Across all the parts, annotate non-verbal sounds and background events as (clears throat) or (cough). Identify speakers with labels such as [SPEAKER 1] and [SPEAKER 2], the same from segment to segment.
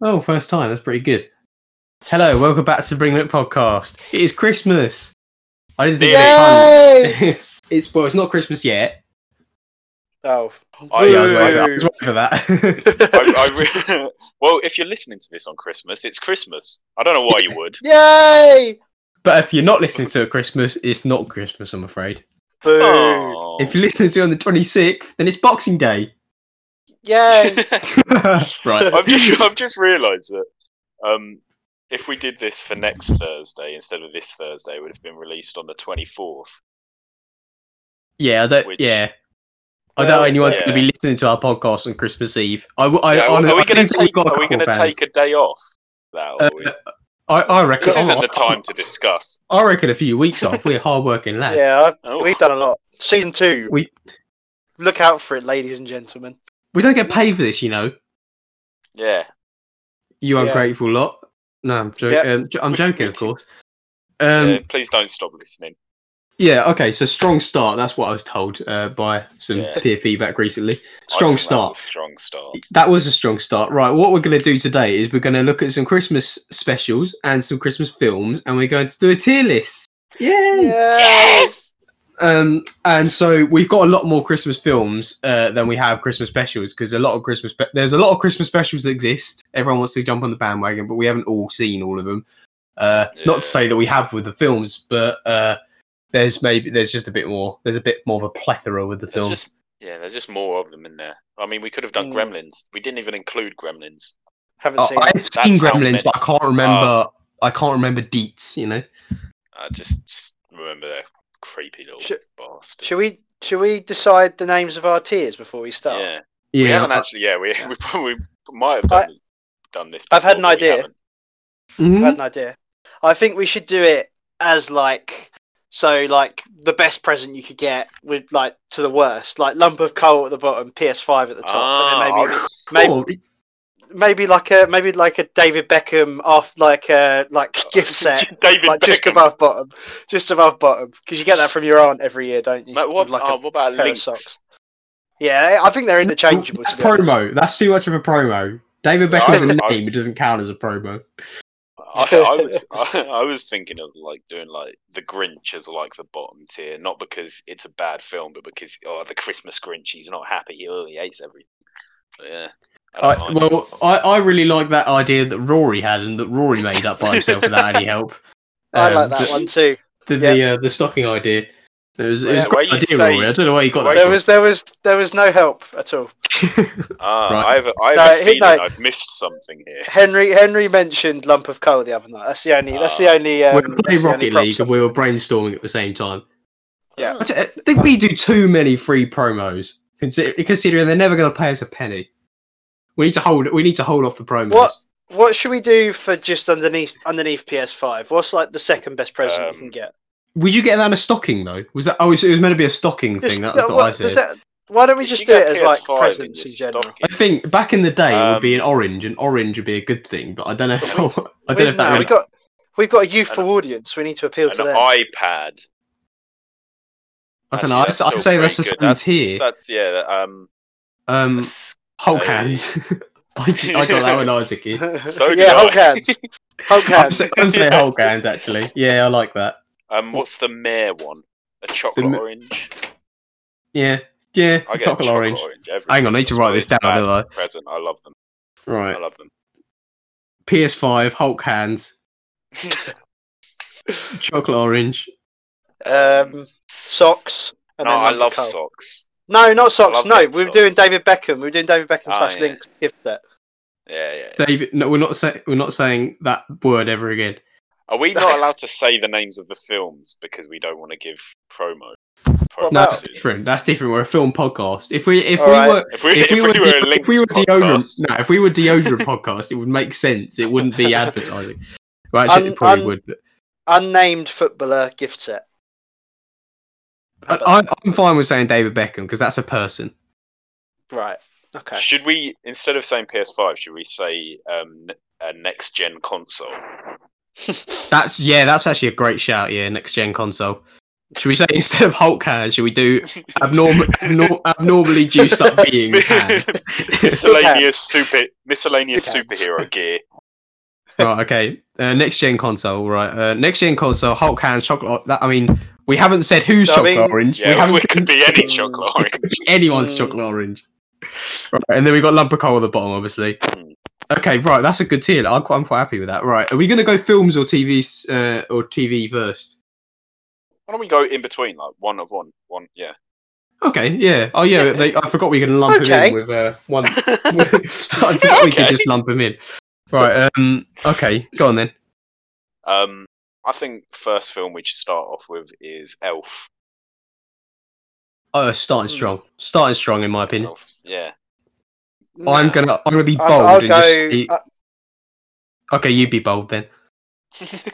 [SPEAKER 1] Oh, first time. That's pretty good. Hello, welcome back to the Bring It Podcast. It is Christmas. I didn't think
[SPEAKER 2] Yay!
[SPEAKER 1] it (laughs) it's well, it's not Christmas yet.
[SPEAKER 2] Oh.
[SPEAKER 3] I-
[SPEAKER 1] Yeah, I
[SPEAKER 3] Boo.
[SPEAKER 1] was waiting- I was waiting for that. (laughs)
[SPEAKER 3] I, I re- (laughs) well, if you're listening to this on Christmas, it's Christmas. I don't know why you
[SPEAKER 2] (laughs)
[SPEAKER 3] would.
[SPEAKER 2] Yay!
[SPEAKER 1] but if you're not listening to it at Christmas, it's not Christmas, I'm afraid.
[SPEAKER 2] Boo!
[SPEAKER 3] Oh. (laughs)
[SPEAKER 1] If you're listening to it on the 26th, then it's Boxing Day. (laughs)
[SPEAKER 3] (laughs)
[SPEAKER 2] Yay!
[SPEAKER 1] right.
[SPEAKER 3] I've just, I've just realised that um, if we did this for next Thursday instead of this Thursday, it would have been released on the 24th.
[SPEAKER 1] Yeah, I don't.
[SPEAKER 3] Which-
[SPEAKER 1] yeah, I
[SPEAKER 2] Well,
[SPEAKER 1] doubt anyone's going to
[SPEAKER 3] Uh, yeah.
[SPEAKER 1] be listening to our podcast on Christmas Eve. I, w- I,
[SPEAKER 3] Yeah,
[SPEAKER 1] hon-
[SPEAKER 3] are we
[SPEAKER 1] I do
[SPEAKER 3] going to
[SPEAKER 1] think we've
[SPEAKER 3] take,
[SPEAKER 1] got a
[SPEAKER 3] are we
[SPEAKER 1] couple
[SPEAKER 3] gonna
[SPEAKER 1] fans. Uh,
[SPEAKER 3] take a day off? Now, are we?
[SPEAKER 1] I, I reckon
[SPEAKER 3] this isn't
[SPEAKER 1] I-
[SPEAKER 3] the time to discuss.
[SPEAKER 1] I reckon a few weeks off.
[SPEAKER 3] (laughs)
[SPEAKER 1] We're hardworking lads.
[SPEAKER 2] yeah, I-
[SPEAKER 3] Oh.
[SPEAKER 2] we've done a lot. Season two.
[SPEAKER 1] We-
[SPEAKER 2] Look out for it, ladies and gentlemen.
[SPEAKER 1] We don't get paid for this, you know.
[SPEAKER 3] Yeah.
[SPEAKER 1] You
[SPEAKER 2] Yeah.
[SPEAKER 1] ungrateful lot. No, I'm joking.
[SPEAKER 2] Yeah.
[SPEAKER 1] Um, j- I'm
[SPEAKER 3] We-
[SPEAKER 1] joking,
[SPEAKER 3] we-
[SPEAKER 1] of course. Um,
[SPEAKER 3] yeah.
[SPEAKER 1] yeah.
[SPEAKER 3] Please don't stop listening.
[SPEAKER 1] Okay. So strong start. That's what I was told uh, by some
[SPEAKER 3] Yeah.
[SPEAKER 1] peer feedback recently.
[SPEAKER 3] I
[SPEAKER 1] Strong
[SPEAKER 3] think that
[SPEAKER 1] start.
[SPEAKER 3] was a Strong start.
[SPEAKER 1] That was a strong start. Right, what we're going to do today is we're going to look at some Christmas specials and some Christmas films, and we're going to do a tier list. Yay!
[SPEAKER 2] Yay!
[SPEAKER 1] Um, and so we've got a lot more Christmas films uh, than we have Christmas specials because a lot of Christmas spe- there's a lot of Christmas specials that exist. Everyone wants to jump on the bandwagon, but we haven't all seen all of them. Uh, Not
[SPEAKER 3] Yeah.
[SPEAKER 1] to say that we have with the films, but uh, there's maybe there's just a bit more. There's a bit more of a plethora with the
[SPEAKER 3] There's
[SPEAKER 1] films.
[SPEAKER 3] just, yeah, there's just more of them in there. I mean, we could have done
[SPEAKER 2] Mm.
[SPEAKER 3] Gremlins. We didn't even include Gremlins.
[SPEAKER 2] Haven't
[SPEAKER 1] Oh,
[SPEAKER 2] seen it.
[SPEAKER 1] I've seen
[SPEAKER 3] how
[SPEAKER 1] Gremlins,
[SPEAKER 3] many-
[SPEAKER 1] but I can't remember. I can't remember deets. You know.
[SPEAKER 3] I just, just remember they're creepy little
[SPEAKER 2] Should-
[SPEAKER 3] bastards.
[SPEAKER 2] Should we? Should we decide the names of our tiers before we start?
[SPEAKER 3] Yeah.
[SPEAKER 1] Yeah.
[SPEAKER 3] We haven't actually. Yeah, we, (laughs) we probably might have done, done this.
[SPEAKER 2] I've had an
[SPEAKER 3] before, but we
[SPEAKER 2] idea.
[SPEAKER 3] haven't.
[SPEAKER 2] I
[SPEAKER 1] Mhm.
[SPEAKER 2] had an idea. I think we should do it as like so like the best present you could get with like to the worst, like lump of coal at the bottom, PS5 at the top,
[SPEAKER 3] Ah,
[SPEAKER 2] and then maybe
[SPEAKER 3] I was-
[SPEAKER 2] maybe
[SPEAKER 1] Oh,
[SPEAKER 2] maybe like a maybe like a David Beckham off like a like (laughs) gift set,
[SPEAKER 3] (laughs) David
[SPEAKER 2] like
[SPEAKER 3] Beckham.
[SPEAKER 2] just above bottom, just above bottom, because you get that from your aunt every year, don't you?
[SPEAKER 3] Mate, what,
[SPEAKER 2] With, like
[SPEAKER 3] oh,
[SPEAKER 2] a
[SPEAKER 3] what about
[SPEAKER 2] pair of
[SPEAKER 3] Lynx?
[SPEAKER 2] socks. yeah, I think they're interchangeable.
[SPEAKER 1] That's
[SPEAKER 2] to be honest.
[SPEAKER 1] promo. That's too much of a promo. David
[SPEAKER 3] Yeah,
[SPEAKER 1] Beckham's a
[SPEAKER 3] I-
[SPEAKER 1] name. It doesn't count as a promo.
[SPEAKER 2] (laughs)
[SPEAKER 3] I, I was I, I was thinking of like doing like the Grinch as like the bottom tier, not because it's a bad film, but because oh the Christmas Grinch, he's not happy. Oh, he hates everything. But, yeah. I
[SPEAKER 1] I,
[SPEAKER 3] don't mind.
[SPEAKER 1] well, I, I really like that idea that Rory had and that Rory made up by himself without
[SPEAKER 2] (laughs)
[SPEAKER 1] any help.
[SPEAKER 2] I
[SPEAKER 1] Um,
[SPEAKER 2] like that one too.
[SPEAKER 1] The the, uh, the stocking idea. It was, it was
[SPEAKER 3] Yeah,
[SPEAKER 1] a great
[SPEAKER 3] where you
[SPEAKER 1] idea,
[SPEAKER 3] say-
[SPEAKER 1] Rory. I don't know where you got
[SPEAKER 3] where
[SPEAKER 1] that.
[SPEAKER 2] There
[SPEAKER 1] from.
[SPEAKER 2] was there was there was no help at all.
[SPEAKER 3] Ah,
[SPEAKER 1] Right.
[SPEAKER 3] I have a, I have
[SPEAKER 2] No,
[SPEAKER 3] a
[SPEAKER 2] he-
[SPEAKER 3] feeling
[SPEAKER 2] no.
[SPEAKER 3] I've missed something here.
[SPEAKER 2] Henry Henry mentioned lump of coal the other night. That's the only. That's the
[SPEAKER 3] Ah.
[SPEAKER 2] only.
[SPEAKER 1] We
[SPEAKER 2] Um,
[SPEAKER 1] were playing
[SPEAKER 2] that's the only
[SPEAKER 1] Rocket
[SPEAKER 2] props
[SPEAKER 1] League
[SPEAKER 2] that-
[SPEAKER 1] and we were brainstorming at the same time.
[SPEAKER 2] Yeah.
[SPEAKER 1] I t- I think we do too many free promos, consi- considering they're never going to pay us a penny. We need to hold. We need to hold off the promos.
[SPEAKER 2] What- What should we do for just underneath underneath PS5? What's like the second best present
[SPEAKER 3] Um,
[SPEAKER 2] you can get?
[SPEAKER 1] Would you get that in a stocking though? Was that? Oh, it was, it was meant to be a stocking
[SPEAKER 2] Just-
[SPEAKER 1] thing. That's
[SPEAKER 2] yeah,
[SPEAKER 1] what, I
[SPEAKER 2] what-
[SPEAKER 1] said.
[SPEAKER 2] does that- why don't we
[SPEAKER 3] If
[SPEAKER 2] just
[SPEAKER 3] you
[SPEAKER 2] do
[SPEAKER 3] got
[SPEAKER 2] it as like
[SPEAKER 3] PS5
[SPEAKER 2] presents in
[SPEAKER 3] your
[SPEAKER 2] general?
[SPEAKER 3] stocking-
[SPEAKER 1] I think back in the day it
[SPEAKER 3] Um,
[SPEAKER 1] would be an orange, and orange would be a good thing. But I don't know. If, (laughs) I
[SPEAKER 2] We-
[SPEAKER 1] don't know if that
[SPEAKER 2] no, we
[SPEAKER 1] would.
[SPEAKER 2] got we've got a youthful
[SPEAKER 3] An-
[SPEAKER 2] audience. We need to appeal to
[SPEAKER 3] an
[SPEAKER 2] them.
[SPEAKER 3] iPad.
[SPEAKER 1] I don't know. I,
[SPEAKER 3] Actually,
[SPEAKER 1] s- I'd
[SPEAKER 3] still
[SPEAKER 1] say
[SPEAKER 3] pretty
[SPEAKER 1] that's the
[SPEAKER 3] good.
[SPEAKER 1] same
[SPEAKER 3] that's,
[SPEAKER 1] tier.
[SPEAKER 3] That's yeah. that, Um,
[SPEAKER 1] Um,
[SPEAKER 3] s-
[SPEAKER 1] Hulk
[SPEAKER 3] so-
[SPEAKER 1] hands. I, (laughs) I got that when
[SPEAKER 3] (laughs)
[SPEAKER 1] I was a kid.
[SPEAKER 2] (laughs)
[SPEAKER 3] So did
[SPEAKER 2] yeah,
[SPEAKER 3] I.
[SPEAKER 2] Hulk hands. Hulk
[SPEAKER 1] I'm,
[SPEAKER 2] hands.
[SPEAKER 1] say, I'm saying Hulk hands actually. Yeah, I like that.
[SPEAKER 3] um, what's the mayor one? A chocolate
[SPEAKER 1] m-
[SPEAKER 3] orange.
[SPEAKER 1] Yeah, yeah.
[SPEAKER 3] I get a
[SPEAKER 1] chocolate orange.
[SPEAKER 3] every
[SPEAKER 1] Hang on, I need to
[SPEAKER 3] Christmas.
[SPEAKER 1] write this
[SPEAKER 3] It's a
[SPEAKER 1] down.
[SPEAKER 3] bad
[SPEAKER 1] don't I?
[SPEAKER 3] Present. I love them. I
[SPEAKER 1] Right.
[SPEAKER 3] love them.
[SPEAKER 1] PS5, Hulk
[SPEAKER 3] (laughs)
[SPEAKER 1] hands, chocolate orange.
[SPEAKER 2] Um, socks. And
[SPEAKER 3] no,
[SPEAKER 2] then
[SPEAKER 3] I
[SPEAKER 2] lump of
[SPEAKER 3] love
[SPEAKER 2] coal.
[SPEAKER 3] socks.
[SPEAKER 2] No, not socks.
[SPEAKER 3] love
[SPEAKER 2] No, we
[SPEAKER 3] them
[SPEAKER 2] were doing
[SPEAKER 3] socks.
[SPEAKER 2] David Beckham. We were doing David Beckham
[SPEAKER 3] Ah,
[SPEAKER 2] slash
[SPEAKER 3] yeah.
[SPEAKER 2] Link's gift set.
[SPEAKER 3] Yeah, yeah. yeah.
[SPEAKER 1] David, no, we're not saying we're not saying that word ever again. (laughs)
[SPEAKER 3] Are we not allowed to say the names of the films because we don't want to give promo?
[SPEAKER 2] What
[SPEAKER 3] promo
[SPEAKER 1] No,
[SPEAKER 2] about-
[SPEAKER 1] that's different. That's different. We're a film podcast. If we if
[SPEAKER 2] All
[SPEAKER 1] we
[SPEAKER 2] right.
[SPEAKER 1] were
[SPEAKER 3] If we,
[SPEAKER 1] if we were,
[SPEAKER 3] were a
[SPEAKER 1] de-
[SPEAKER 3] Lynx
[SPEAKER 1] if we were deodorant,
[SPEAKER 3] podcast,
[SPEAKER 1] no, if we were deodorant podcast, it would make sense. It wouldn't (laughs) be advertising. Well, actually,
[SPEAKER 2] Un-
[SPEAKER 1] it probably
[SPEAKER 2] un-
[SPEAKER 1] would. But
[SPEAKER 2] unnamed footballer gift set. How about
[SPEAKER 1] I, I'm, I'm fine with saying David Beckham because that's a person.
[SPEAKER 2] that? right. Okay.
[SPEAKER 3] should we instead of saying PS5, should we say um, n- a next gen
[SPEAKER 1] (laughs)
[SPEAKER 3] console?
[SPEAKER 1] That's yeah, that's actually a great shout. Yeah, next gen console. Should we say (laughs) instead of Hulk hand, should we do abnorm- (laughs) abnorm- abnormally juiced up (laughs) beings hand?
[SPEAKER 3] miscellaneous super miscellaneous
[SPEAKER 2] Big hands. (laughs)
[SPEAKER 3] superhero gear.
[SPEAKER 1] (laughs) right, okay. Uh, next gen console, right? Uh, next gen console, Hulk hand, chocolate. That, I mean, we haven't said who's
[SPEAKER 2] I
[SPEAKER 1] chocolate
[SPEAKER 2] mean-
[SPEAKER 1] orange. we
[SPEAKER 3] Yeah,
[SPEAKER 1] haven't
[SPEAKER 3] it could be any chocolate
[SPEAKER 1] It
[SPEAKER 3] orange.
[SPEAKER 1] could be anyone's
[SPEAKER 2] Mm.
[SPEAKER 1] chocolate orange. Right, and then we got lump of coal at the bottom, obviously.
[SPEAKER 3] Hmm.
[SPEAKER 1] Okay, right, that's a good tier. I'm quite, I'm quite happy with that. Right, are we going to go films or TV uh, or TV first?
[SPEAKER 3] Why don't we go in between, like one of one, one? Yeah.
[SPEAKER 1] Okay, yeah. Oh yeah,
[SPEAKER 3] Yeah.
[SPEAKER 1] They, I forgot we can lump
[SPEAKER 2] Okay.
[SPEAKER 1] them in with uh, one. (laughs)
[SPEAKER 2] (laughs)
[SPEAKER 1] I forgot we could
[SPEAKER 3] Okay.
[SPEAKER 1] just lump them in. Right. Um. Okay. Go on then.
[SPEAKER 3] Um, I think first film we should start off with is Elf.
[SPEAKER 1] Oh, starting
[SPEAKER 2] Hmm.
[SPEAKER 1] strong. Starting strong, in my opinion.
[SPEAKER 3] Elf. Yeah.
[SPEAKER 1] I'm
[SPEAKER 3] Nah.
[SPEAKER 1] gonna. I'm gonna be
[SPEAKER 2] I'll,
[SPEAKER 1] bold.
[SPEAKER 2] I'll
[SPEAKER 1] and
[SPEAKER 2] go.
[SPEAKER 1] just say-
[SPEAKER 2] uh,
[SPEAKER 1] okay, you be bold then.
[SPEAKER 2] (laughs)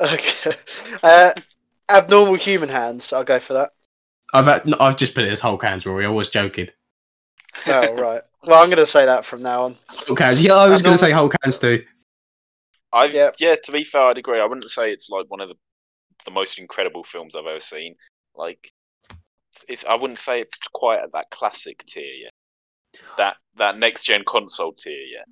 [SPEAKER 2] okay. Uh, abnormal human hands. I'll go for that.
[SPEAKER 1] I've had, no, I've just put it as Hulk hands, Rory. I was joking. (laughs)
[SPEAKER 2] Oh right. Well, I'm going to say that from now on.
[SPEAKER 1] Hulk hands. Yeah, I was gonna
[SPEAKER 2] Abnormal-
[SPEAKER 1] say Hulk hands too.
[SPEAKER 3] I
[SPEAKER 2] Yeah.
[SPEAKER 3] yeah. To be fair, I'd agree. I wouldn't say it's like one of the the most incredible films I've ever seen. Like, it's, it's I wouldn't say it's quite at that classic tier yet. That that next gen console tier yet.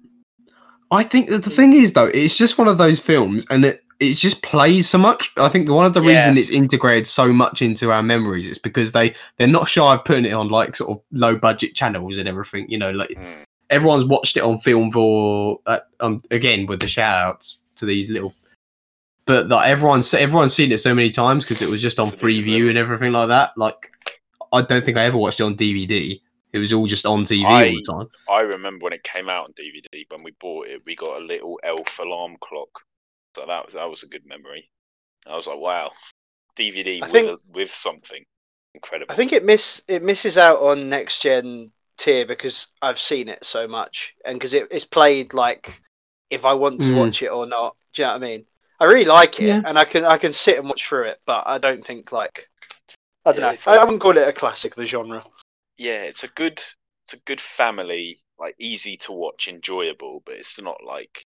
[SPEAKER 1] I think that the thing is though, it's just one of those films, and it it just plays so much. I think one of the
[SPEAKER 2] Yeah.
[SPEAKER 1] reason it's integrated so much into our memories is because they they're not shy of putting it on like sort of low budget channels and everything. You know, like
[SPEAKER 2] Hmm.
[SPEAKER 3] Mm.
[SPEAKER 1] everyone's watched it on film for uh, um again with the shout outs to these little. But like everyone's everyone's seen it so many times because it was just on
[SPEAKER 3] It's a big
[SPEAKER 1] Freeview and everything like that. Like I don't think I ever watched it on DVD. It was all just on TV all
[SPEAKER 3] I-
[SPEAKER 1] the time.
[SPEAKER 3] I remember when it came out on DVD. When we bought it, we got a little elf alarm clock. So that was that was a good memory. I was like, wow, DVD
[SPEAKER 2] I
[SPEAKER 3] with
[SPEAKER 2] think-
[SPEAKER 3] a, with something incredible.
[SPEAKER 2] I think it miss it misses out on next gen tier because I've seen it so much and because it, it's played like if I want to
[SPEAKER 1] Mm.
[SPEAKER 2] watch it or not. Do you know what I mean? I really like it
[SPEAKER 1] Yeah.
[SPEAKER 2] and I can I can sit and watch through it, but I don't think like I don't
[SPEAKER 3] Yeah,
[SPEAKER 2] know.
[SPEAKER 3] it's-
[SPEAKER 2] I, I wouldn't call it a classic of the genre.
[SPEAKER 3] yeah, it's a good it's a good family like easy to watch, enjoyable, but it's not like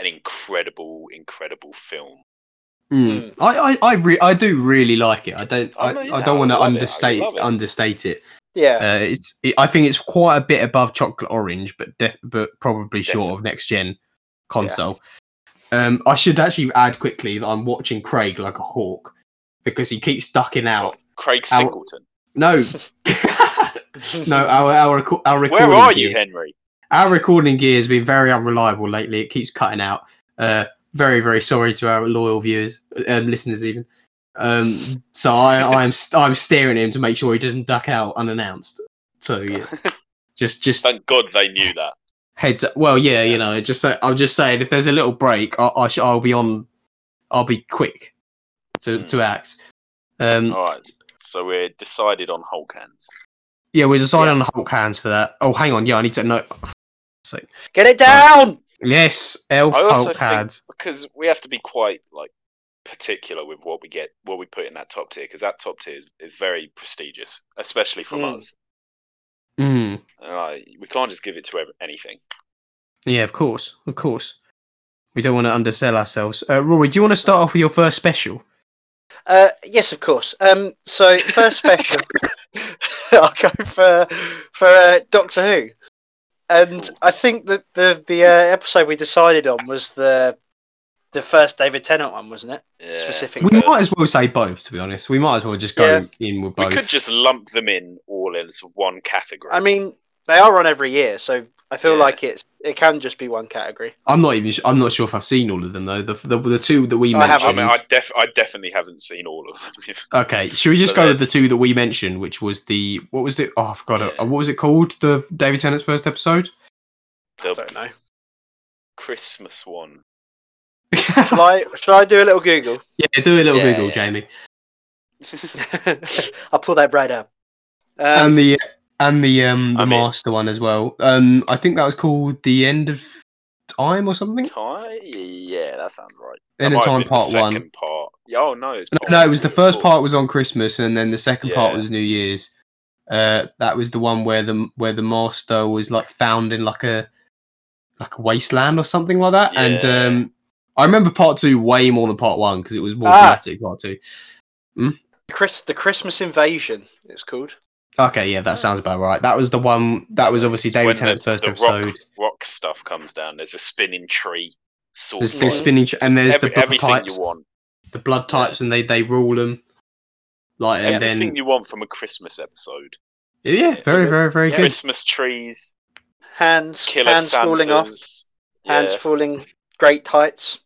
[SPEAKER 3] an incredible incredible film.
[SPEAKER 1] Mm. I I I, re- I do really like it. I don't
[SPEAKER 3] Oh,
[SPEAKER 1] I,
[SPEAKER 3] no, yeah,
[SPEAKER 1] I don't
[SPEAKER 3] I
[SPEAKER 1] want to
[SPEAKER 3] love it. I
[SPEAKER 1] understate
[SPEAKER 3] love it.
[SPEAKER 1] understate it.
[SPEAKER 2] Yeah.
[SPEAKER 1] Uh, it's it, I think it's quite a bit above chocolate orange, but def- but probably short of next gen console. Um, I should actually add quickly that I'm watching Craig like a hawk because he keeps ducking out.
[SPEAKER 3] Craig
[SPEAKER 1] Our-
[SPEAKER 3] Singleton, (laughs)
[SPEAKER 1] No, (laughs) no, our our reco- our recording.
[SPEAKER 3] where are you,
[SPEAKER 1] gear-
[SPEAKER 3] Henry?
[SPEAKER 1] Our recording gear has been very unreliable lately. It keeps cutting out. Uh, very very sorry to our loyal viewers, um, listeners even. Um, so
[SPEAKER 3] (laughs)
[SPEAKER 1] I I'm st- I'm steering him to make sure he doesn't duck out unannounced. So
[SPEAKER 3] (laughs)
[SPEAKER 1] yeah, just just
[SPEAKER 3] Thank God they knew that.
[SPEAKER 1] heads up. Well, yeah, you know, just say, I'm just saying if there's a little break, I, I sh- I'll be on. I'll be quick to
[SPEAKER 3] Hmm. Oh.
[SPEAKER 1] to act. Um,
[SPEAKER 3] All right, so we're decided on Hulk hands.
[SPEAKER 1] yeah, we're deciding on Hulk hands for that. Oh, hang on, yeah, I need to know.
[SPEAKER 2] Get it down.
[SPEAKER 1] Yes, elf
[SPEAKER 3] I also
[SPEAKER 1] Hulk
[SPEAKER 3] think-
[SPEAKER 1] hands.
[SPEAKER 3] because we have to be quite like particular with what we get, what we put in that top tier, because that top tier is, is very prestigious, especially from
[SPEAKER 2] Mm.
[SPEAKER 3] us.
[SPEAKER 1] Mm.
[SPEAKER 3] And, like, we can't just give it to ev- anything.
[SPEAKER 1] Yeah, of course, of course. We don't want to undersell ourselves. Uh, Rory, do you want to start off with your first special?
[SPEAKER 2] Uh, yes, of course. Um, so first special, (laughs) I'll go for for uh, Doctor Who, and I think that the the uh, episode we decided on was the the first David Tennant one, wasn't it?
[SPEAKER 3] Yeah.
[SPEAKER 2] Specific.
[SPEAKER 1] We
[SPEAKER 2] Yeah.
[SPEAKER 1] might as well say both, to be honest. We might as well just go in with
[SPEAKER 3] We
[SPEAKER 1] both.
[SPEAKER 3] could just lump them in all into one category.
[SPEAKER 2] I mean, they are on every year, so I feel
[SPEAKER 3] Yeah.
[SPEAKER 2] like it's it can just be one category.
[SPEAKER 1] I'm not even. su- I'm not sure if I've seen all of them though. The the, the two that we
[SPEAKER 2] I haven't.
[SPEAKER 3] I,
[SPEAKER 1] mentioned.
[SPEAKER 3] mean, I, def- I definitely haven't seen all of them. (laughs)
[SPEAKER 1] okay, should we just
[SPEAKER 3] But
[SPEAKER 1] go with the
[SPEAKER 3] that's-
[SPEAKER 1] two that we mentioned, which was the what was it? Oh, I forgot. it.
[SPEAKER 3] Yeah.
[SPEAKER 1] Uh, What was it called? The David Tennant's first episode. (laughs)
[SPEAKER 2] I
[SPEAKER 3] the
[SPEAKER 2] don't know.
[SPEAKER 3] Christmas one.
[SPEAKER 2] Shall I shall I do a little Google? (laughs)
[SPEAKER 1] yeah, do a little
[SPEAKER 3] Yeah,
[SPEAKER 1] Google,
[SPEAKER 3] yeah.
[SPEAKER 1] Jamie,
[SPEAKER 2] I'll pull that right up. Um,
[SPEAKER 1] and the and the um the
[SPEAKER 3] I mean-
[SPEAKER 1] master one as well. Um, I think that was called the end of time or something.
[SPEAKER 3] Time? Yeah, that sounds right. That
[SPEAKER 1] End of
[SPEAKER 3] might have
[SPEAKER 1] time
[SPEAKER 3] been the
[SPEAKER 1] part one.
[SPEAKER 3] second Part. Yeah, oh no, it's part
[SPEAKER 1] No, no,
[SPEAKER 3] one.
[SPEAKER 1] it was the
[SPEAKER 3] Good
[SPEAKER 1] first
[SPEAKER 3] call.
[SPEAKER 1] part was on Christmas, and then the second part
[SPEAKER 3] Yeah.
[SPEAKER 1] was New Year's. Uh, that was the one where the where the master was like found in like a like a wasteland or something like that. And
[SPEAKER 3] Yeah.
[SPEAKER 1] um, I remember part two way more than part one because it was more
[SPEAKER 2] Ah.
[SPEAKER 1] dramatic. Part two.
[SPEAKER 2] Chris, the Christmas Invasion. It's called.
[SPEAKER 1] Okay, yeah, that sounds about right. That was the one. That was obviously
[SPEAKER 3] It's when
[SPEAKER 1] David Tennant's
[SPEAKER 3] the-
[SPEAKER 1] first
[SPEAKER 3] the
[SPEAKER 1] episode.
[SPEAKER 3] Rock, rock stuff comes down. There's a spinning tree. Sword
[SPEAKER 1] There's,
[SPEAKER 3] fight.
[SPEAKER 1] there's spinning, tr- and there's
[SPEAKER 3] Every-
[SPEAKER 1] the blood
[SPEAKER 3] everything
[SPEAKER 1] types.
[SPEAKER 3] you want.
[SPEAKER 1] The blood types, and they they rule them. Like and
[SPEAKER 3] everything
[SPEAKER 1] then
[SPEAKER 3] you want from a Christmas episode.
[SPEAKER 1] yeah, very very very
[SPEAKER 2] Yeah.
[SPEAKER 1] good.
[SPEAKER 3] Christmas trees,
[SPEAKER 2] Hands,
[SPEAKER 3] killer
[SPEAKER 2] hands falling off,
[SPEAKER 3] Santas,
[SPEAKER 2] hands
[SPEAKER 3] yeah,
[SPEAKER 2] falling great heights.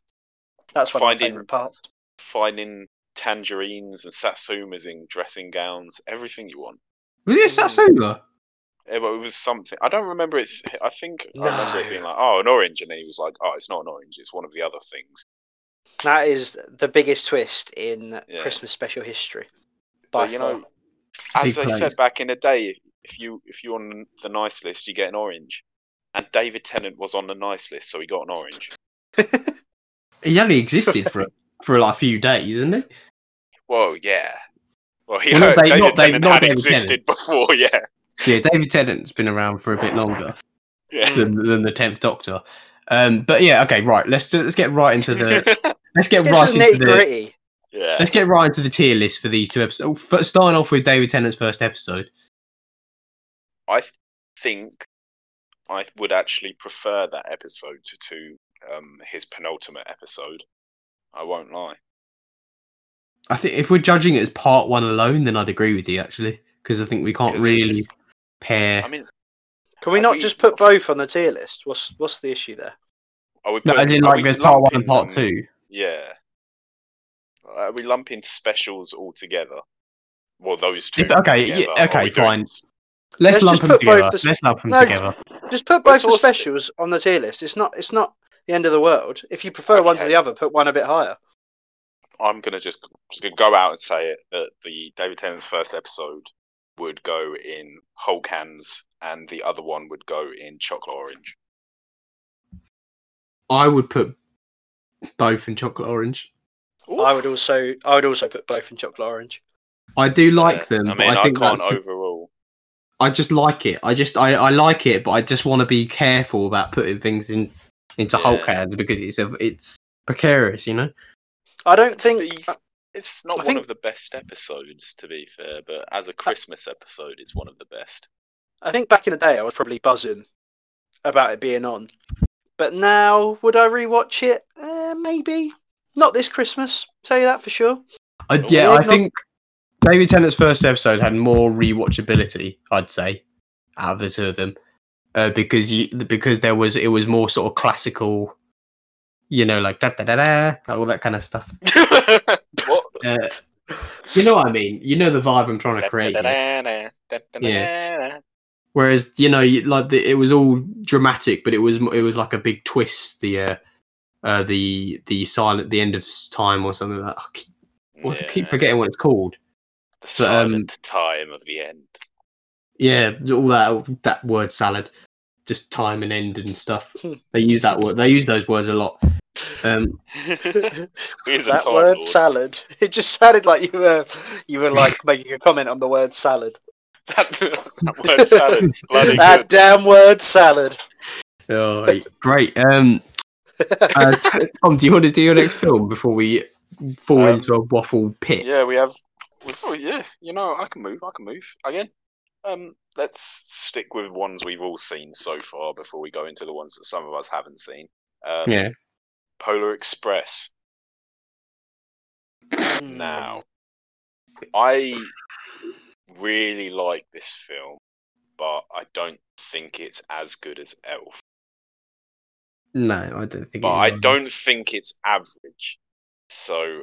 [SPEAKER 2] That's one of my
[SPEAKER 3] Finding-
[SPEAKER 2] favourite parts.
[SPEAKER 3] finding tangerines and satsumas in dressing gowns. Everything you want.
[SPEAKER 1] Was it Satsuma?
[SPEAKER 3] It, it was something. I don't remember. It's. I think I remember
[SPEAKER 2] No.
[SPEAKER 3] it being like, oh, an orange, and then he was like, oh, it's not an orange. It's one of the other things.
[SPEAKER 2] That is the biggest twist in
[SPEAKER 3] Yeah.
[SPEAKER 2] Christmas special history. By
[SPEAKER 3] But, you
[SPEAKER 2] far. (laughs)
[SPEAKER 3] know, as
[SPEAKER 1] Big
[SPEAKER 3] they
[SPEAKER 1] plays.
[SPEAKER 3] said back in the day, if you if you're on the nice list, you get an orange. And David Tennant was on the nice list, so he got an orange.
[SPEAKER 1] He only existed for for like a few days, isn't it?
[SPEAKER 3] Whoa, yeah. Well, he
[SPEAKER 1] Well, not
[SPEAKER 3] had-
[SPEAKER 1] Dave-
[SPEAKER 3] David
[SPEAKER 1] not Dave-
[SPEAKER 3] Tennant
[SPEAKER 1] not
[SPEAKER 3] had
[SPEAKER 1] David
[SPEAKER 3] existed (laughs) before, yeah.
[SPEAKER 1] Yeah, David Tennant's been around for a bit longer
[SPEAKER 3] yeah.
[SPEAKER 1] than, than the Tenth Doctor. Um, but yeah, okay, right. Let's do, let's get right into the let's get
[SPEAKER 2] It's
[SPEAKER 1] right
[SPEAKER 2] just
[SPEAKER 1] into
[SPEAKER 2] nitty
[SPEAKER 1] the
[SPEAKER 2] gritty.
[SPEAKER 3] (laughs) yeah.
[SPEAKER 1] let's get right into the tier list for these two episodes. Oh, f- starting off with David Tennant's first episode.
[SPEAKER 3] I th- think I would actually prefer that episode to, to um, his penultimate episode. I won't lie.
[SPEAKER 1] I think if we're judging it as part one alone, then I'd agree with you actually, because I think we can't
[SPEAKER 3] Because it's
[SPEAKER 1] really
[SPEAKER 3] just-
[SPEAKER 1] pair.
[SPEAKER 3] I mean,
[SPEAKER 2] Can we
[SPEAKER 3] Have
[SPEAKER 2] not
[SPEAKER 3] we-
[SPEAKER 2] just put both on the tier list? What's what's the issue there?
[SPEAKER 3] are we
[SPEAKER 1] no, I
[SPEAKER 3] putting-
[SPEAKER 1] didn't
[SPEAKER 3] are
[SPEAKER 1] like
[SPEAKER 3] we
[SPEAKER 1] there's part one and
[SPEAKER 3] lumping
[SPEAKER 1] part
[SPEAKER 3] them-
[SPEAKER 1] two.
[SPEAKER 3] Yeah. Are we lumping specials all together? Well, those two.
[SPEAKER 1] If- okay, yeah,
[SPEAKER 3] together. Are
[SPEAKER 1] okay,
[SPEAKER 3] we doing-
[SPEAKER 1] fine. Let's,
[SPEAKER 2] Let's
[SPEAKER 1] lump
[SPEAKER 2] just
[SPEAKER 1] them
[SPEAKER 2] put both
[SPEAKER 1] together.
[SPEAKER 2] the s-
[SPEAKER 1] Let's lump them
[SPEAKER 2] No.
[SPEAKER 1] together.
[SPEAKER 2] Just put both
[SPEAKER 3] Let's
[SPEAKER 2] the
[SPEAKER 3] also-
[SPEAKER 2] specials on the tier list. It's not it's not the end of the world. If you prefer one to
[SPEAKER 3] Okay.
[SPEAKER 2] the other, put one a bit higher.
[SPEAKER 3] I'm gonna just, just gonna go out and say it that the David Tennant's first episode would go in Hulk hands, and the other one would go in chocolate orange.
[SPEAKER 1] I would put both in chocolate orange.
[SPEAKER 3] Ooh.
[SPEAKER 2] I would also I would also put both in chocolate orange.
[SPEAKER 1] I do like
[SPEAKER 3] Yeah,
[SPEAKER 1] them,
[SPEAKER 3] I
[SPEAKER 1] but
[SPEAKER 3] mean,
[SPEAKER 1] I
[SPEAKER 3] I,
[SPEAKER 1] think
[SPEAKER 3] can't
[SPEAKER 1] that's-
[SPEAKER 3] overall.
[SPEAKER 1] I just like it. I just I, I like it, but I just want to be careful about putting things in into
[SPEAKER 3] Yeah.
[SPEAKER 1] Hulk hands because it's a, it's precarious, you know.
[SPEAKER 2] I don't think
[SPEAKER 3] The- It's not
[SPEAKER 2] I
[SPEAKER 3] one
[SPEAKER 2] think-
[SPEAKER 3] of the best episodes, to be fair, but
[SPEAKER 1] Uh,
[SPEAKER 3] as a Christmas episode, it's one of
[SPEAKER 1] (laughs)
[SPEAKER 3] the best.
[SPEAKER 2] I think back in the day I was probably buzzing about it being on. But now would I rewatch it? Uh, maybe. Not this Christmas, tell you that for
[SPEAKER 3] (laughs)
[SPEAKER 2] sure. (laughs)
[SPEAKER 1] I,
[SPEAKER 3] Oh,
[SPEAKER 1] yeah,
[SPEAKER 2] yeah,
[SPEAKER 1] I
[SPEAKER 2] no-
[SPEAKER 1] think David Tennant's first episode had more rewatchability, I'd say, out of the two of them, uh, because you because there was it was more sort of classical, you know, like da da da da, all that kind of stuff.
[SPEAKER 3] what?
[SPEAKER 1] Uh, you know what I mean? You know the vibe I'm trying to create. here.
[SPEAKER 3] Yeah.
[SPEAKER 1] Whereas you know, you- like the, it was all dramatic, but it was m- it was like a big twist. The uh, uh, the the silent the end of time or something like that. I keep, I keep forgetting what it's called.
[SPEAKER 3] The
[SPEAKER 1] but, um,
[SPEAKER 3] silent time of
[SPEAKER 1] (laughs)
[SPEAKER 3] the end. (laughs)
[SPEAKER 1] Yeah, all that that word salad, just time and end and stuff.
[SPEAKER 3] (laughs)
[SPEAKER 1] They use that word. They use those words a lot. Um,
[SPEAKER 3] Here's a
[SPEAKER 2] that
[SPEAKER 3] Time
[SPEAKER 2] word
[SPEAKER 3] Lord.
[SPEAKER 2] salad. (laughs) It just sounded like you were you were like (laughs) making a comment on the word salad.
[SPEAKER 3] (laughs) that, that word
[SPEAKER 1] (laughs)
[SPEAKER 3] salad. is Bloody
[SPEAKER 2] that
[SPEAKER 3] good.
[SPEAKER 2] damn word salad.
[SPEAKER 1] oh, right, great. Um, uh,
[SPEAKER 3] (laughs)
[SPEAKER 1] T- Tom, do you want to do your next film before we fall
[SPEAKER 3] Um,
[SPEAKER 1] into a waffle pit?
[SPEAKER 3] Yeah, we have. we- Oh, yeah, you know, I can move. I can move again. Um, let's stick with ones we've all seen so far before we go into the ones that some of us haven't seen. Um,
[SPEAKER 1] Yeah.
[SPEAKER 3] Polar Express. (clears throat) Now, I really like this film, but I don't think it's as good as Elf.
[SPEAKER 1] No, I don't think.
[SPEAKER 3] But
[SPEAKER 1] it
[SPEAKER 3] I
[SPEAKER 1] is.
[SPEAKER 3] don't think it's average. So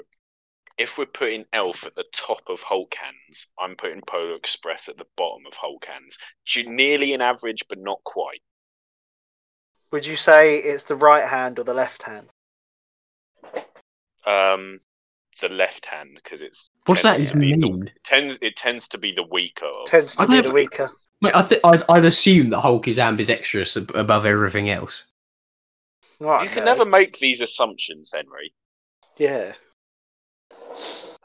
[SPEAKER 3] if we're putting Elf at the top of Hulk Hands, I'm putting Polar Express at the bottom of Hulk Hands. Ju- Nearly an average, but not quite.
[SPEAKER 2] Would you say it's the right hand or the left hand?
[SPEAKER 3] Um, the left hand because it's
[SPEAKER 1] What's that
[SPEAKER 3] tends to
[SPEAKER 1] even
[SPEAKER 3] be the-
[SPEAKER 1] mean?
[SPEAKER 3] tends it tends to be the weaker. Of.
[SPEAKER 2] Tends to
[SPEAKER 1] I
[SPEAKER 2] be
[SPEAKER 1] don't-
[SPEAKER 2] the weaker.
[SPEAKER 1] Mate, I th- I'd, I'd assume that Hulk is ambidextrous ab- above everything else.
[SPEAKER 2] Right,
[SPEAKER 3] You can
[SPEAKER 2] no.
[SPEAKER 3] never make these assumptions, Henry.
[SPEAKER 2] Yeah.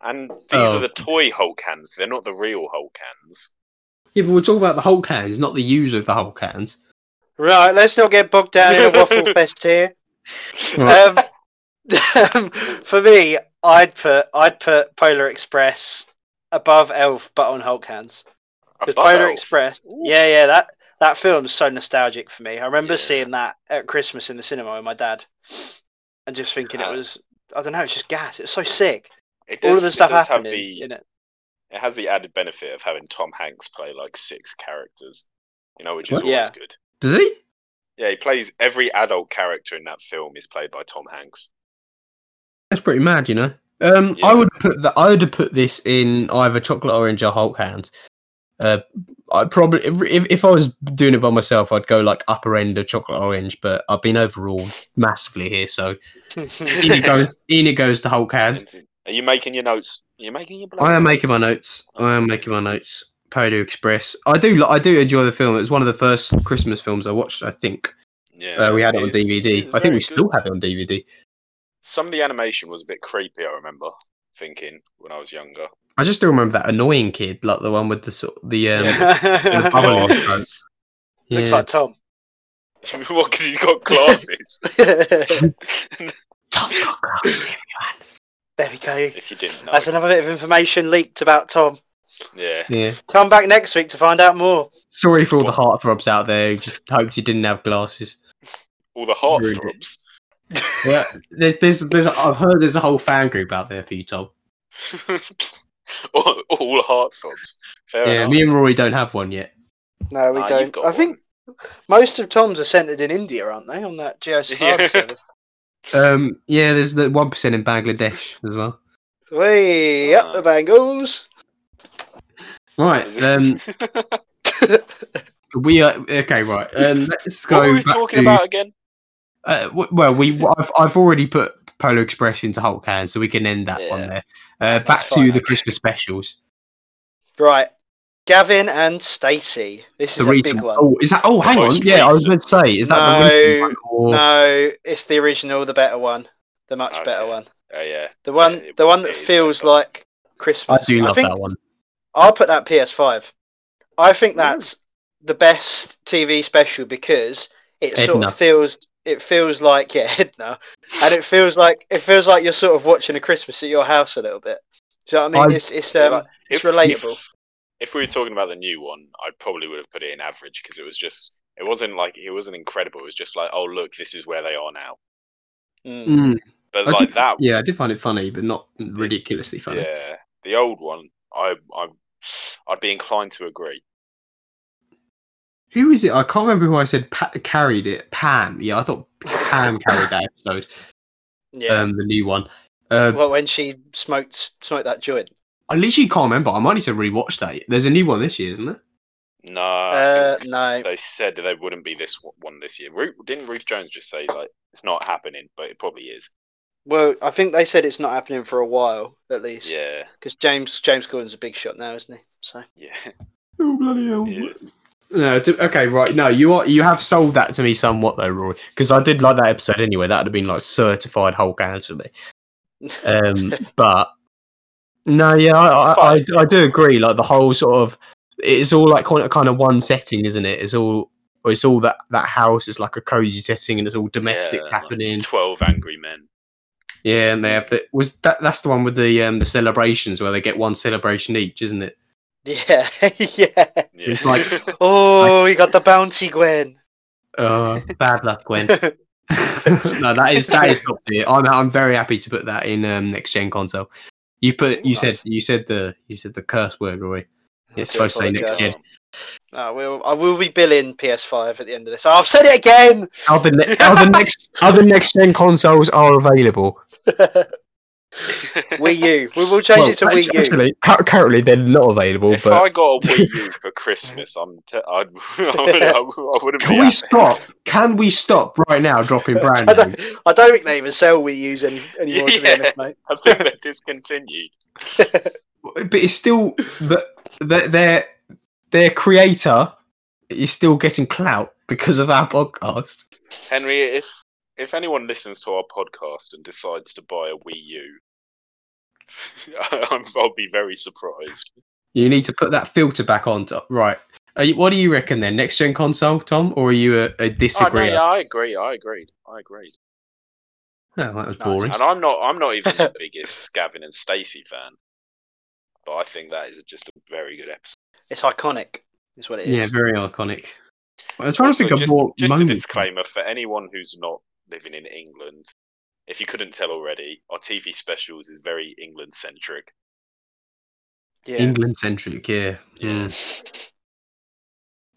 [SPEAKER 3] And these
[SPEAKER 1] Oh.
[SPEAKER 3] are the toy Hulk hands. They're not the real Hulk hands.
[SPEAKER 1] Yeah, but we're talking about the Hulk hands, not the use of the Hulk hands.
[SPEAKER 2] Right, let's not get bogged down in a
[SPEAKER 3] (laughs)
[SPEAKER 2] waffle fest here. Um,
[SPEAKER 3] (laughs)
[SPEAKER 2] (laughs) for me, I'd put I'd put Polar Express above Elf, but on Hulk hands. Because
[SPEAKER 3] Above
[SPEAKER 2] Polar
[SPEAKER 3] Elf.
[SPEAKER 2] Express, yeah, yeah, that that film's so nostalgic for me. I remember
[SPEAKER 3] Yeah.
[SPEAKER 2] seeing that at Christmas in the cinema with my dad, and just thinking
[SPEAKER 3] Ah.
[SPEAKER 2] it was, I don't know, it's just gas. It's so sick.
[SPEAKER 3] It
[SPEAKER 2] All of
[SPEAKER 3] does-
[SPEAKER 2] the
[SPEAKER 3] it
[SPEAKER 2] stuff
[SPEAKER 3] does have
[SPEAKER 2] happening
[SPEAKER 3] the-
[SPEAKER 2] in it.
[SPEAKER 3] it has the added benefit of having Tom Hanks play like six characters, you know, which is
[SPEAKER 1] What?
[SPEAKER 3] always
[SPEAKER 2] Yeah.
[SPEAKER 3] good.
[SPEAKER 1] Does he?
[SPEAKER 3] Yeah, he plays every adult character in that film is played by Tom Hanks.
[SPEAKER 1] That's pretty mad, you know. Um,
[SPEAKER 3] Yeah.
[SPEAKER 1] I would put that. I would have put this in either chocolate orange or Hulk hands. Uh, I probably if, if if I was doing it by myself, I'd go like upper end of chocolate orange, but I've been overruled massively here. So
[SPEAKER 2] (laughs)
[SPEAKER 1] Enid goes, Enid goes to Hulk hands.
[SPEAKER 3] Are you making your notes? Are you making your?
[SPEAKER 1] I am making my notes. I am making my notes. Podo Express. I do. li- I do enjoy the film. It was one of the first Christmas films I watched. I think
[SPEAKER 3] Yeah,
[SPEAKER 1] uh, we had it on
[SPEAKER 3] is-
[SPEAKER 1] DVD.
[SPEAKER 3] is
[SPEAKER 1] I
[SPEAKER 3] very
[SPEAKER 1] think we
[SPEAKER 3] good.
[SPEAKER 1] still have it on DVD.
[SPEAKER 3] Some of the animation was a bit creepy. I remember thinking when I was
[SPEAKER 1] (laughs)
[SPEAKER 3] younger.
[SPEAKER 1] I just still remember that annoying kid, like the one with the sort the um,
[SPEAKER 2] (laughs)
[SPEAKER 3] (laughs)
[SPEAKER 1] the bubble in his throat.
[SPEAKER 2] Looks
[SPEAKER 1] Yeah.
[SPEAKER 2] like Tom. (laughs)
[SPEAKER 3] what? Because he's
[SPEAKER 1] (laughs)
[SPEAKER 3] got glasses.
[SPEAKER 2] there
[SPEAKER 1] Tom's got
[SPEAKER 3] (laughs)
[SPEAKER 1] glasses.
[SPEAKER 2] we go.
[SPEAKER 3] if you didn't know,
[SPEAKER 2] That's another bit of information leaked about Tom.
[SPEAKER 3] yeah.
[SPEAKER 1] yeah.
[SPEAKER 2] Come back next week to find out more.
[SPEAKER 1] Sorry for all the heartthrobs out there. who Just hoped he didn't have glasses.
[SPEAKER 3] All the heart
[SPEAKER 1] Rude.
[SPEAKER 3] throbs.
[SPEAKER 1] Yeah. There's, there's, there's. I've heard there's a whole fan group out there for you, Tom.
[SPEAKER 3] (laughs) all, all heart throbs. Fair
[SPEAKER 1] Yeah.
[SPEAKER 3] enough.
[SPEAKER 1] Me and Rory don't have one yet.
[SPEAKER 2] No, we
[SPEAKER 3] Nah, you've
[SPEAKER 2] don't.
[SPEAKER 3] got
[SPEAKER 2] I think most of Tom's are centered in India, aren't they? On that GeoSafari
[SPEAKER 3] (laughs) Yeah.
[SPEAKER 2] service.
[SPEAKER 1] Um. Yeah. There's the one percent in Bangladesh as well.
[SPEAKER 2] Way up
[SPEAKER 3] Uh.
[SPEAKER 2] the Bengals.
[SPEAKER 3] one.
[SPEAKER 1] Right.
[SPEAKER 3] Is it-
[SPEAKER 1] Um. (laughs) We are okay. Right. Um. Let's go.
[SPEAKER 3] what were we
[SPEAKER 1] back
[SPEAKER 3] talking
[SPEAKER 1] to-
[SPEAKER 3] about again?
[SPEAKER 1] Uh, w- well, we. I've, I've already put Polo Express into Hulk hands, so we can end that one
[SPEAKER 3] Yeah.
[SPEAKER 1] there. Uh,
[SPEAKER 2] That's
[SPEAKER 1] back
[SPEAKER 2] fine,
[SPEAKER 1] to the
[SPEAKER 2] okay.
[SPEAKER 1] Christmas specials.
[SPEAKER 2] Right. Gavin and Stacy. This
[SPEAKER 1] The
[SPEAKER 2] is a
[SPEAKER 1] recent.
[SPEAKER 2] big one.
[SPEAKER 1] Oh, is that? Oh, hang on.
[SPEAKER 3] most
[SPEAKER 1] Yeah, I was
[SPEAKER 3] recent.
[SPEAKER 1] meant to say. Is that the recent
[SPEAKER 2] No,
[SPEAKER 1] one? Or...
[SPEAKER 2] No, it's the original, the better one. The much better
[SPEAKER 3] Okay.
[SPEAKER 2] one.
[SPEAKER 3] Oh yeah,
[SPEAKER 2] The one
[SPEAKER 3] it-
[SPEAKER 2] the one that
[SPEAKER 3] it is
[SPEAKER 2] feels
[SPEAKER 3] better.
[SPEAKER 2] like Christmas.
[SPEAKER 1] I do love
[SPEAKER 2] think
[SPEAKER 1] that one.
[SPEAKER 2] I'll put that PS5. I think
[SPEAKER 3] Really?
[SPEAKER 2] that's the best TV special because it sort
[SPEAKER 1] Edna.
[SPEAKER 2] of feels it feels like (laughs) yeah Edna, and it feels like it feels like you're sort of watching a Christmas at your house a little bit. Do you know what I mean?
[SPEAKER 1] I-
[SPEAKER 2] it's it's
[SPEAKER 3] Yeah,
[SPEAKER 2] um,
[SPEAKER 3] like,
[SPEAKER 2] it's
[SPEAKER 3] if-
[SPEAKER 2] relatable.
[SPEAKER 3] If, if we were talking about the new one, I probably would have put it in average because it was just it wasn't like it wasn't incredible. It was just like oh look, this is where they are now.
[SPEAKER 2] Mm.
[SPEAKER 1] Mm,
[SPEAKER 3] But
[SPEAKER 1] I
[SPEAKER 3] like
[SPEAKER 1] did-
[SPEAKER 3] that,
[SPEAKER 1] yeah, I did find it funny, but not ridiculously funny.
[SPEAKER 3] yeah, the old one, I I I'd be inclined to agree.
[SPEAKER 1] Who is it? I can't remember who I said pa- carried it. Pam. Yeah, I thought Pam carried that episode.
[SPEAKER 2] Yeah.
[SPEAKER 1] Mm. Um, the new one. Uh,
[SPEAKER 2] well, when she smoked smoked that joint.
[SPEAKER 1] I literally can't remember. I might need to rewatch that. There's a new one this year, isn't there?
[SPEAKER 3] No,
[SPEAKER 2] Uh,
[SPEAKER 3] Ah, I think
[SPEAKER 2] no.
[SPEAKER 3] they said that they wouldn't be this one- one this year. Ruth, didn't Ruth Jones just say like it's not happening, but it probably is.
[SPEAKER 2] Well, I think they said it's not happening for a while at least.
[SPEAKER 3] Yeah,
[SPEAKER 2] Because James James Gordon's a big shot now, isn't he? So
[SPEAKER 3] yeah, (laughs)
[SPEAKER 1] Oh bloody hell!
[SPEAKER 3] Yeah.
[SPEAKER 1] No, to, okay, right. No, you are you have sold that to me somewhat though, Roy, because I did like that episode anyway. That'd have been like certified Hulk hands for me.
[SPEAKER 3] (laughs)
[SPEAKER 1] Um, but no, yeah, I, I, I, I do agree. Like the whole sort of it's all like kind of kind of one setting, isn't it? It's all it's all that that house is like a cozy setting, and it's all domestics
[SPEAKER 3] Yeah, like
[SPEAKER 1] happening.
[SPEAKER 3] Twelve Angry Men.
[SPEAKER 1] Yeah, and they have the was that that's the one with the um the celebrations where they get one celebration each, isn't it?
[SPEAKER 2] (laughs) yeah, (laughs) yeah.
[SPEAKER 3] Yeah.
[SPEAKER 1] It's like-
[SPEAKER 2] Oh, you got the bounty, Gwen.
[SPEAKER 1] Uh, bad luck, (laughs) Gwen.
[SPEAKER 2] (laughs)
[SPEAKER 1] no, that is that is top tier. I'm I'm very happy to put that in um, next gen console. You put you said
[SPEAKER 2] Nice.
[SPEAKER 1] you said the you said the curse word, Roy. It's
[SPEAKER 2] I do
[SPEAKER 1] supposed to say next
[SPEAKER 2] apologise.
[SPEAKER 1] gen.
[SPEAKER 2] I will. I will uh, be billing PS5 at the end of this. I've said it again. (laughs)
[SPEAKER 1] Other ne- other next other next gen consoles are available.
[SPEAKER 2] Wii U. We will change it to
[SPEAKER 1] Well,
[SPEAKER 2] Wii (laughs) U.
[SPEAKER 1] Actually, cu- currently they're not available.
[SPEAKER 3] If
[SPEAKER 1] but
[SPEAKER 3] I got a
[SPEAKER 1] (laughs)
[SPEAKER 3] Wii U for Christmas, I'm t- I'd, (laughs) I, would, I, would, I wouldn't
[SPEAKER 1] can
[SPEAKER 3] be
[SPEAKER 1] we
[SPEAKER 3] happy.
[SPEAKER 1] stop? Can we stop right now
[SPEAKER 2] (laughs)
[SPEAKER 1] dropping brand
[SPEAKER 2] I
[SPEAKER 1] names?
[SPEAKER 2] don't, I don't think they even sell Wii U's any, anymore. To be (laughs)
[SPEAKER 3] Yeah.
[SPEAKER 2] honest, mate.
[SPEAKER 3] I think they're discontinued.
[SPEAKER 1] But it's still the, the their their creator is still getting clout because of our podcast.
[SPEAKER 3] Henry, if if anyone listens to our podcast and decides to buy a Wii U, (laughs) I'm, I'll be very surprised.
[SPEAKER 1] You need to put that filter back on. Tom. Right. Are you, what do you reckon then? Next gen console, Tom, or are you a, a
[SPEAKER 3] Oh, no,
[SPEAKER 1] disagreeer?
[SPEAKER 3] yeah, I agree. I agreed. I agreed.
[SPEAKER 1] Oh, that was
[SPEAKER 2] Nice.
[SPEAKER 1] boring.
[SPEAKER 3] And I'm not. I'm not even the biggest Gavin and Stacey fan. But I think that is just a very good episode.
[SPEAKER 2] It's iconic. Is what it is.
[SPEAKER 1] Yeah, very iconic. I'm trying
[SPEAKER 3] Also,
[SPEAKER 1] to think
[SPEAKER 3] just,
[SPEAKER 1] of more
[SPEAKER 3] just a
[SPEAKER 1] moments.
[SPEAKER 3] disclaimer for anyone who's not living in England. If you couldn't tell already, our TV specials is very England centric.
[SPEAKER 2] Yeah.
[SPEAKER 1] England centric, yeah.
[SPEAKER 3] Yeah.
[SPEAKER 1] Mm.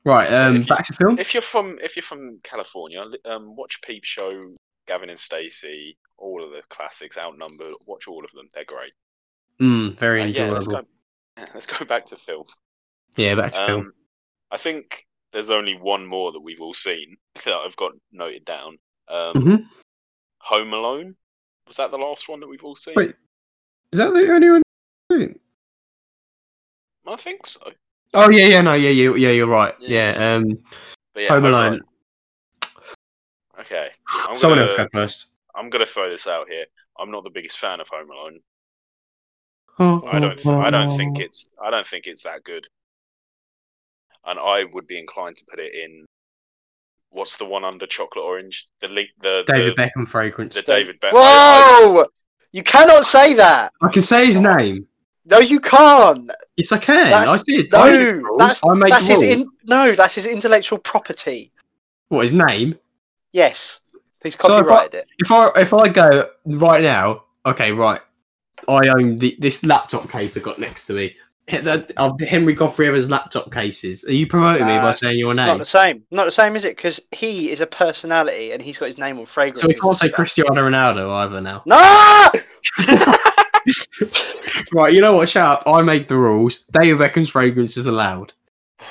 [SPEAKER 1] Right, um,
[SPEAKER 3] If you-
[SPEAKER 1] back to film.
[SPEAKER 3] If you're from if you're from California, li- um, watch Peep Show, Gavin and Stacey, all of the classics. Outnumbered, watch all of them. They're great.
[SPEAKER 1] Mm, very
[SPEAKER 3] Uh, yeah, let's
[SPEAKER 1] enjoyable.
[SPEAKER 3] go. yeah, Let's go back to film.
[SPEAKER 1] Yeah, back to film.
[SPEAKER 3] Um, I think there's only one more that we've all seen (laughs) that I've got noted down. Um,
[SPEAKER 1] Mhm.
[SPEAKER 3] Home Alone was that the last one that we've all seen?
[SPEAKER 1] Wait. Is that the only one?
[SPEAKER 3] I think so.
[SPEAKER 1] Oh yeah, yeah, no, yeah, you, yeah, you're right. Yeah,
[SPEAKER 3] Yeah.
[SPEAKER 1] um,
[SPEAKER 3] But yeah,
[SPEAKER 1] Home Alone.
[SPEAKER 3] Okay, I'm
[SPEAKER 1] Someone
[SPEAKER 3] gonna-
[SPEAKER 1] else go first.
[SPEAKER 3] I'm gonna throw this out here. I'm not the biggest fan of Home Alone.
[SPEAKER 1] Oh, (laughs)
[SPEAKER 3] I don't.
[SPEAKER 1] oh,
[SPEAKER 3] I don't think
[SPEAKER 1] oh.
[SPEAKER 3] it's. I don't think it's that good. And I would be inclined to put it in. What's the one under chocolate orange? The link. The
[SPEAKER 1] David
[SPEAKER 3] the,
[SPEAKER 1] Beckham fragrance.
[SPEAKER 3] The David Beckham.
[SPEAKER 2] Whoa! You cannot say that.
[SPEAKER 1] I can say his
[SPEAKER 3] Oh.
[SPEAKER 1] name.
[SPEAKER 2] No, you can't.
[SPEAKER 1] Yes, I can.
[SPEAKER 2] That's-
[SPEAKER 1] I did.
[SPEAKER 2] no,
[SPEAKER 1] I made the rules.
[SPEAKER 2] that's-
[SPEAKER 1] I made
[SPEAKER 2] That's
[SPEAKER 1] the
[SPEAKER 2] his.
[SPEAKER 1] rules.
[SPEAKER 2] In, no, that's his intellectual property.
[SPEAKER 1] What his name?
[SPEAKER 2] Yes, he's
[SPEAKER 1] So if I-
[SPEAKER 2] copyrighted it.
[SPEAKER 1] If I if I go right now, okay, right. I own the, this laptop case I got next to me. He- that- of Henry Godfrey Evans laptop cases. Are you promoting me by
[SPEAKER 2] Nah,
[SPEAKER 1] saying your
[SPEAKER 2] Uh, It's not
[SPEAKER 1] name?
[SPEAKER 2] the same. Not the same, is it? Because he is a personality, and he's got his name on fragrance.
[SPEAKER 1] So we can't say Cristiano Ronaldo either
[SPEAKER 2] (laughs)
[SPEAKER 1] now. (laughs)
[SPEAKER 2] No! Oh,
[SPEAKER 1] right, you know what? Shut up. I make the rules. David Beckham's fragrance is allowed.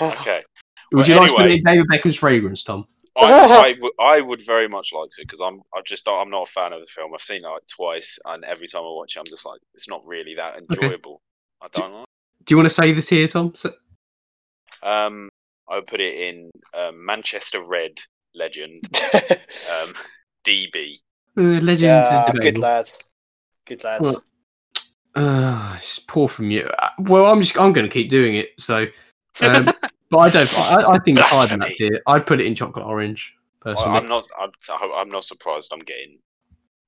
[SPEAKER 3] Okay.
[SPEAKER 1] Would
[SPEAKER 3] Well,
[SPEAKER 1] you like to put
[SPEAKER 3] anyway.
[SPEAKER 1] it in David Beckham's fragrance, Tom?
[SPEAKER 3] I, I, w- I would very much like to because I'm. I just. don't- I'm not a fan of the film. I've seen it like twice, and every time I watch it, I'm just like, it's not really that enjoyable. I don't like.
[SPEAKER 1] Do you want to say this here, Tom? S-
[SPEAKER 3] it. Um, I would put it in um, Manchester Red Legend. Um, (laughs) DB.
[SPEAKER 1] uh, legend.
[SPEAKER 2] yeah, good
[SPEAKER 1] debatable.
[SPEAKER 2] lad. Good lad.
[SPEAKER 1] Well, Ah, it's poor from you. Uh, Well, I'm just I'm going to keep doing it. So,
[SPEAKER 3] (laughs)
[SPEAKER 1] um, but I don't. I, I think it's higher than that
[SPEAKER 3] Blasphemy.
[SPEAKER 1] tier. I'd put it in chocolate orange
[SPEAKER 3] I,
[SPEAKER 1] personally.
[SPEAKER 3] am not. I'm, I'm not surprised. I'm getting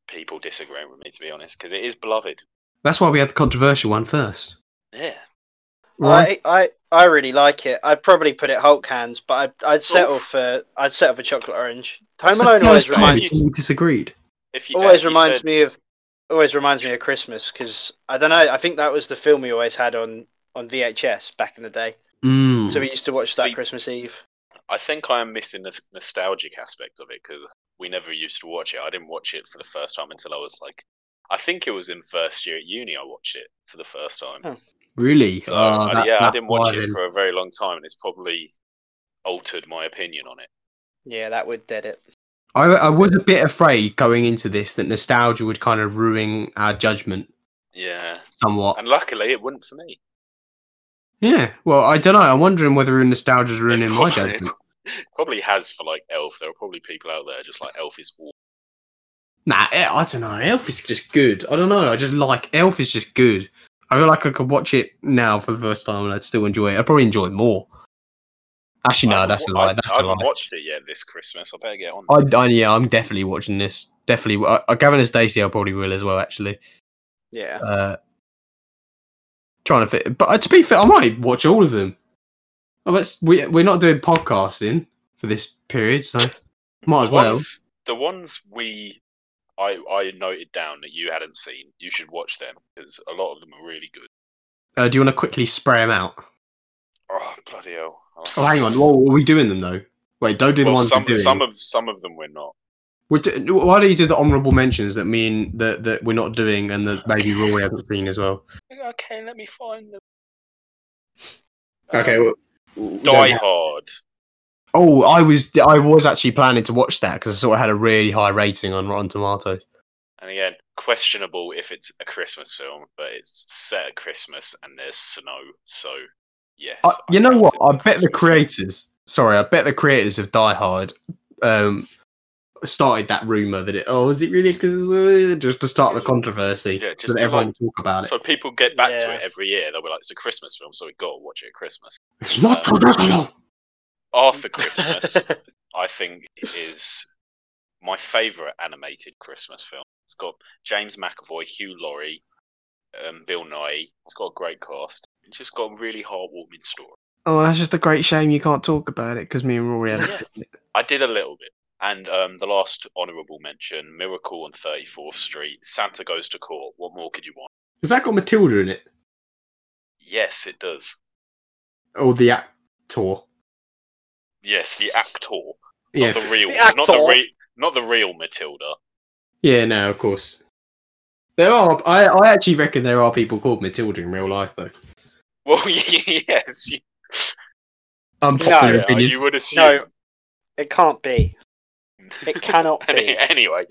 [SPEAKER 3] people disagreeing with me to be honest, because it is beloved.
[SPEAKER 1] That's why we had the controversial one first,
[SPEAKER 3] Yeah. Uh,
[SPEAKER 1] right?
[SPEAKER 2] I, I I really like it. I'd probably put it Hulk hands, but I'd,
[SPEAKER 3] Oh.
[SPEAKER 2] I'd settle for I'd settle for chocolate orange. Home
[SPEAKER 1] So
[SPEAKER 2] Alone
[SPEAKER 1] that
[SPEAKER 2] always
[SPEAKER 1] was fine,
[SPEAKER 2] reminds
[SPEAKER 3] you-
[SPEAKER 1] we disagreed.
[SPEAKER 3] If you
[SPEAKER 2] always
[SPEAKER 3] if you
[SPEAKER 2] reminds
[SPEAKER 3] said-
[SPEAKER 2] me of always reminds me of Christmas because I don't know. I think that was the film we always had on on VHS back in the day.
[SPEAKER 1] Mm.
[SPEAKER 2] So we used to watch that
[SPEAKER 3] We-
[SPEAKER 2] Christmas Eve.
[SPEAKER 3] I think I am missing this nostalgic aspect of it because we never used to watch it. I didn't watch it for the first time until I was like, I think it was in first year at uni. I watched it for the first time.
[SPEAKER 2] Oh.
[SPEAKER 1] really?
[SPEAKER 3] So
[SPEAKER 1] Ah,
[SPEAKER 3] I-
[SPEAKER 1] that-
[SPEAKER 3] yeah, I
[SPEAKER 1] that's
[SPEAKER 3] didn't
[SPEAKER 1] why
[SPEAKER 3] watch it
[SPEAKER 1] then.
[SPEAKER 3] for a very long time, and it's probably altered my opinion on it.
[SPEAKER 2] Yeah, that would dead it.
[SPEAKER 1] I, I was a bit afraid going into this that nostalgia would kind of ruin our judgment
[SPEAKER 3] Yeah,
[SPEAKER 1] somewhat.
[SPEAKER 3] and luckily it wouldn't for me.
[SPEAKER 1] Yeah. Well, I don't know. I'm wondering whether nostalgia's ruining
[SPEAKER 3] It
[SPEAKER 1] my
[SPEAKER 3] probably-
[SPEAKER 1] judgment.
[SPEAKER 3] (laughs) Probably has for like Elf. There are probably people out there just like Elf is. awful.
[SPEAKER 1] Nah, I I don't know. Elf is just good. I don't know. I just like Elf is just good. I feel like I could watch it now for the first time and I'd still enjoy it. I'd probably enjoy it more. Actually,
[SPEAKER 3] I
[SPEAKER 1] no,
[SPEAKER 3] haven't
[SPEAKER 1] that's a
[SPEAKER 3] wa-
[SPEAKER 1] lie.
[SPEAKER 3] I,
[SPEAKER 1] That's
[SPEAKER 3] I
[SPEAKER 1] a
[SPEAKER 3] haven't
[SPEAKER 1] lie.
[SPEAKER 3] watched it yet this Christmas. I better get on.
[SPEAKER 1] I, I, yeah, I'm definitely watching this. Definitely. I, I- Gavin and Stacey, I probably will as well. Actually,
[SPEAKER 2] Yeah.
[SPEAKER 1] uh, trying to fit. But uh, to be fair, I might watch all of them. Well, that's, we we're not doing podcasting for this period, so might as
[SPEAKER 3] The
[SPEAKER 1] well.
[SPEAKER 3] ones- The ones we I I noted down that you hadn't seen, you should watch them because a lot of them are really good.
[SPEAKER 1] Uh, do you want to quickly spray them out?
[SPEAKER 3] Oh bloody hell!
[SPEAKER 1] Oh, hang on. Well, are we doing them though? Wait, don't do the
[SPEAKER 3] Well,
[SPEAKER 1] ones
[SPEAKER 3] some
[SPEAKER 1] we're doing.
[SPEAKER 3] some of some of them we're not.
[SPEAKER 1] We're do- why don't you do the honourable mentions that mean that that we're not doing and that maybe Rory hasn't seen as well?
[SPEAKER 3] Okay, let me find them.
[SPEAKER 1] Okay.
[SPEAKER 3] Um,
[SPEAKER 1] Well,
[SPEAKER 3] Die
[SPEAKER 1] yeah.
[SPEAKER 3] Hard.
[SPEAKER 1] Oh, I was I was actually planning to watch that because I sort of had a really high rating on Rotten Tomatoes.
[SPEAKER 3] And again, questionable if it's a Christmas film, but it's set at Christmas and there's snow, so yes.
[SPEAKER 1] I, you know what? I
[SPEAKER 3] count it as
[SPEAKER 1] bet the
[SPEAKER 3] Christmas.
[SPEAKER 1] creators. Sorry, I bet the creators of Die Hard um, started that rumor that it. Oh, is it really? Cause, uh, just to start the controversy,
[SPEAKER 3] Yeah, just
[SPEAKER 1] so that
[SPEAKER 3] to
[SPEAKER 1] everyone
[SPEAKER 3] like-
[SPEAKER 1] will talk about it.
[SPEAKER 3] So people get back to
[SPEAKER 2] Yeah.
[SPEAKER 3] it every year. They'll be like, "It's a Christmas film, so we got to watch it at Christmas."
[SPEAKER 1] it's not
[SPEAKER 3] um,
[SPEAKER 1] traditional.
[SPEAKER 2] (laughs)
[SPEAKER 3] After Christmas, I think is my favorite animated Christmas film. It's got James McAvoy, Hugh Laurie, um, Bill Nye. It's got a great cast. It's just got a really heartwarming story.
[SPEAKER 1] Oh, that's just a great shame you can't talk about it because me and Rory haven't. seen it.
[SPEAKER 3] I did a little bit. And um, the last honourable mention, Miracle on 34th Street, Santa Goes to Court. What more could you want?
[SPEAKER 1] Has that got Matilda in it?
[SPEAKER 3] Yes, it does.
[SPEAKER 1] Or the actor?
[SPEAKER 3] Yes, the actor.
[SPEAKER 1] Yes.
[SPEAKER 3] Not the real,
[SPEAKER 2] The
[SPEAKER 3] Not, the
[SPEAKER 2] actor.
[SPEAKER 3] re- not the real Matilda.
[SPEAKER 1] Yeah, no, of course. There are. I, I actually reckon there are people called Matilda in real life, though.
[SPEAKER 3] Well, (laughs) yes. You,
[SPEAKER 1] Unpopular
[SPEAKER 2] Yeah,
[SPEAKER 3] yeah,
[SPEAKER 1] opinion.
[SPEAKER 3] you would assume.
[SPEAKER 2] No, it can't be.
[SPEAKER 3] (laughs)
[SPEAKER 2] It cannot (laughs)
[SPEAKER 3] Any-
[SPEAKER 2] be.
[SPEAKER 3] anyway,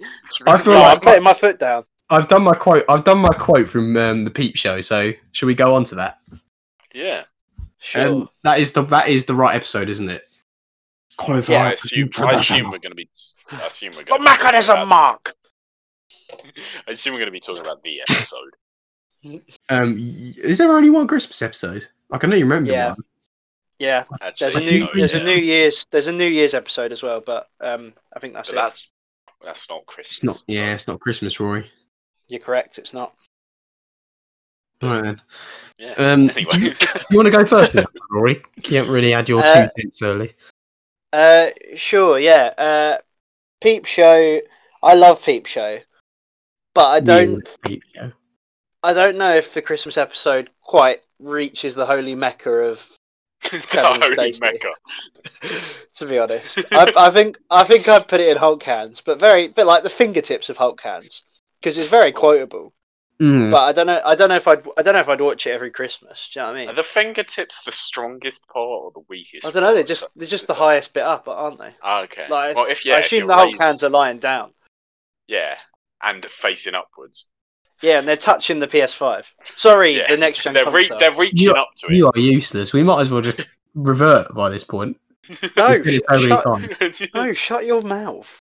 [SPEAKER 1] I feel
[SPEAKER 2] No, I'm
[SPEAKER 1] like
[SPEAKER 2] putting my foot down.
[SPEAKER 1] I've done my quote. I've done my quote from um, the Peep Show. So should we go on to that?
[SPEAKER 3] yeah.
[SPEAKER 2] Sure.
[SPEAKER 1] Um, that is the that is the right episode, isn't it? Qualify.
[SPEAKER 2] Yeah,
[SPEAKER 3] I assume,
[SPEAKER 1] (laughs)
[SPEAKER 3] I assume we're going to be. I assume we're
[SPEAKER 2] the
[SPEAKER 3] going.
[SPEAKER 2] Mac is a mark.
[SPEAKER 3] I assume we're going to be talking about the episode.
[SPEAKER 1] Um, y- is there only one Christmas episode? I can only remember
[SPEAKER 2] Yeah.
[SPEAKER 1] one.
[SPEAKER 2] Yeah,
[SPEAKER 3] Actually,
[SPEAKER 2] there's a
[SPEAKER 1] But
[SPEAKER 2] new
[SPEAKER 1] you-
[SPEAKER 2] there's
[SPEAKER 3] yeah.
[SPEAKER 2] a New Year's there's a New Year's episode as well, but um, I think that's
[SPEAKER 3] So
[SPEAKER 2] it.
[SPEAKER 3] that's that's not Christmas.
[SPEAKER 1] It's not. Yeah, it's not Christmas, Rory.
[SPEAKER 2] You're correct. It's not.
[SPEAKER 1] Right then.
[SPEAKER 3] Yeah.
[SPEAKER 1] Um, do you,
[SPEAKER 3] (laughs) anyway,
[SPEAKER 1] you want to go first, now, (laughs) Rory? You can't really add your
[SPEAKER 2] Uh,
[SPEAKER 1] two cents early.
[SPEAKER 2] Uh, sure. Yeah. Uh, Peep Show. I love Peep Show, but I don't
[SPEAKER 1] Peep Show.
[SPEAKER 2] I don't know if the Christmas episode quite reaches the holy mecca of. Kevin
[SPEAKER 3] Holy
[SPEAKER 2] Spacey.
[SPEAKER 3] Mecca.
[SPEAKER 2] (laughs) To be honest, I, I think I think I'd put it in Hulk hands, but very bit like the fingertips of Hulk hands because it's very quotable.
[SPEAKER 1] Mm.
[SPEAKER 2] But I don't know. I don't know if I'd. I don't know if I'd watch it every Christmas. Do you know what I
[SPEAKER 3] Are
[SPEAKER 2] mean?
[SPEAKER 3] the fingertips the strongest part or the weakest?
[SPEAKER 2] I don't know. They're
[SPEAKER 3] part?
[SPEAKER 2] just they're just the highest bit up, aren't they?
[SPEAKER 3] Ah, okay.
[SPEAKER 2] Like,
[SPEAKER 3] well, if yeah,
[SPEAKER 2] I
[SPEAKER 3] if
[SPEAKER 2] assume
[SPEAKER 3] you're
[SPEAKER 2] the Hulk
[SPEAKER 3] raised-
[SPEAKER 2] hands are lying down.
[SPEAKER 3] Yeah, and facing upwards.
[SPEAKER 2] Yeah, and they're touching the PS5. Sorry,
[SPEAKER 3] Yeah.
[SPEAKER 2] the next gen
[SPEAKER 3] They're, re-
[SPEAKER 2] console.
[SPEAKER 3] they're reaching
[SPEAKER 1] You-
[SPEAKER 3] up to it.
[SPEAKER 1] You are useless. We might as well just revert by this point.
[SPEAKER 2] No,
[SPEAKER 1] We've said it so many
[SPEAKER 2] shut-
[SPEAKER 1] times.
[SPEAKER 3] (laughs)
[SPEAKER 2] no, shut your mouth.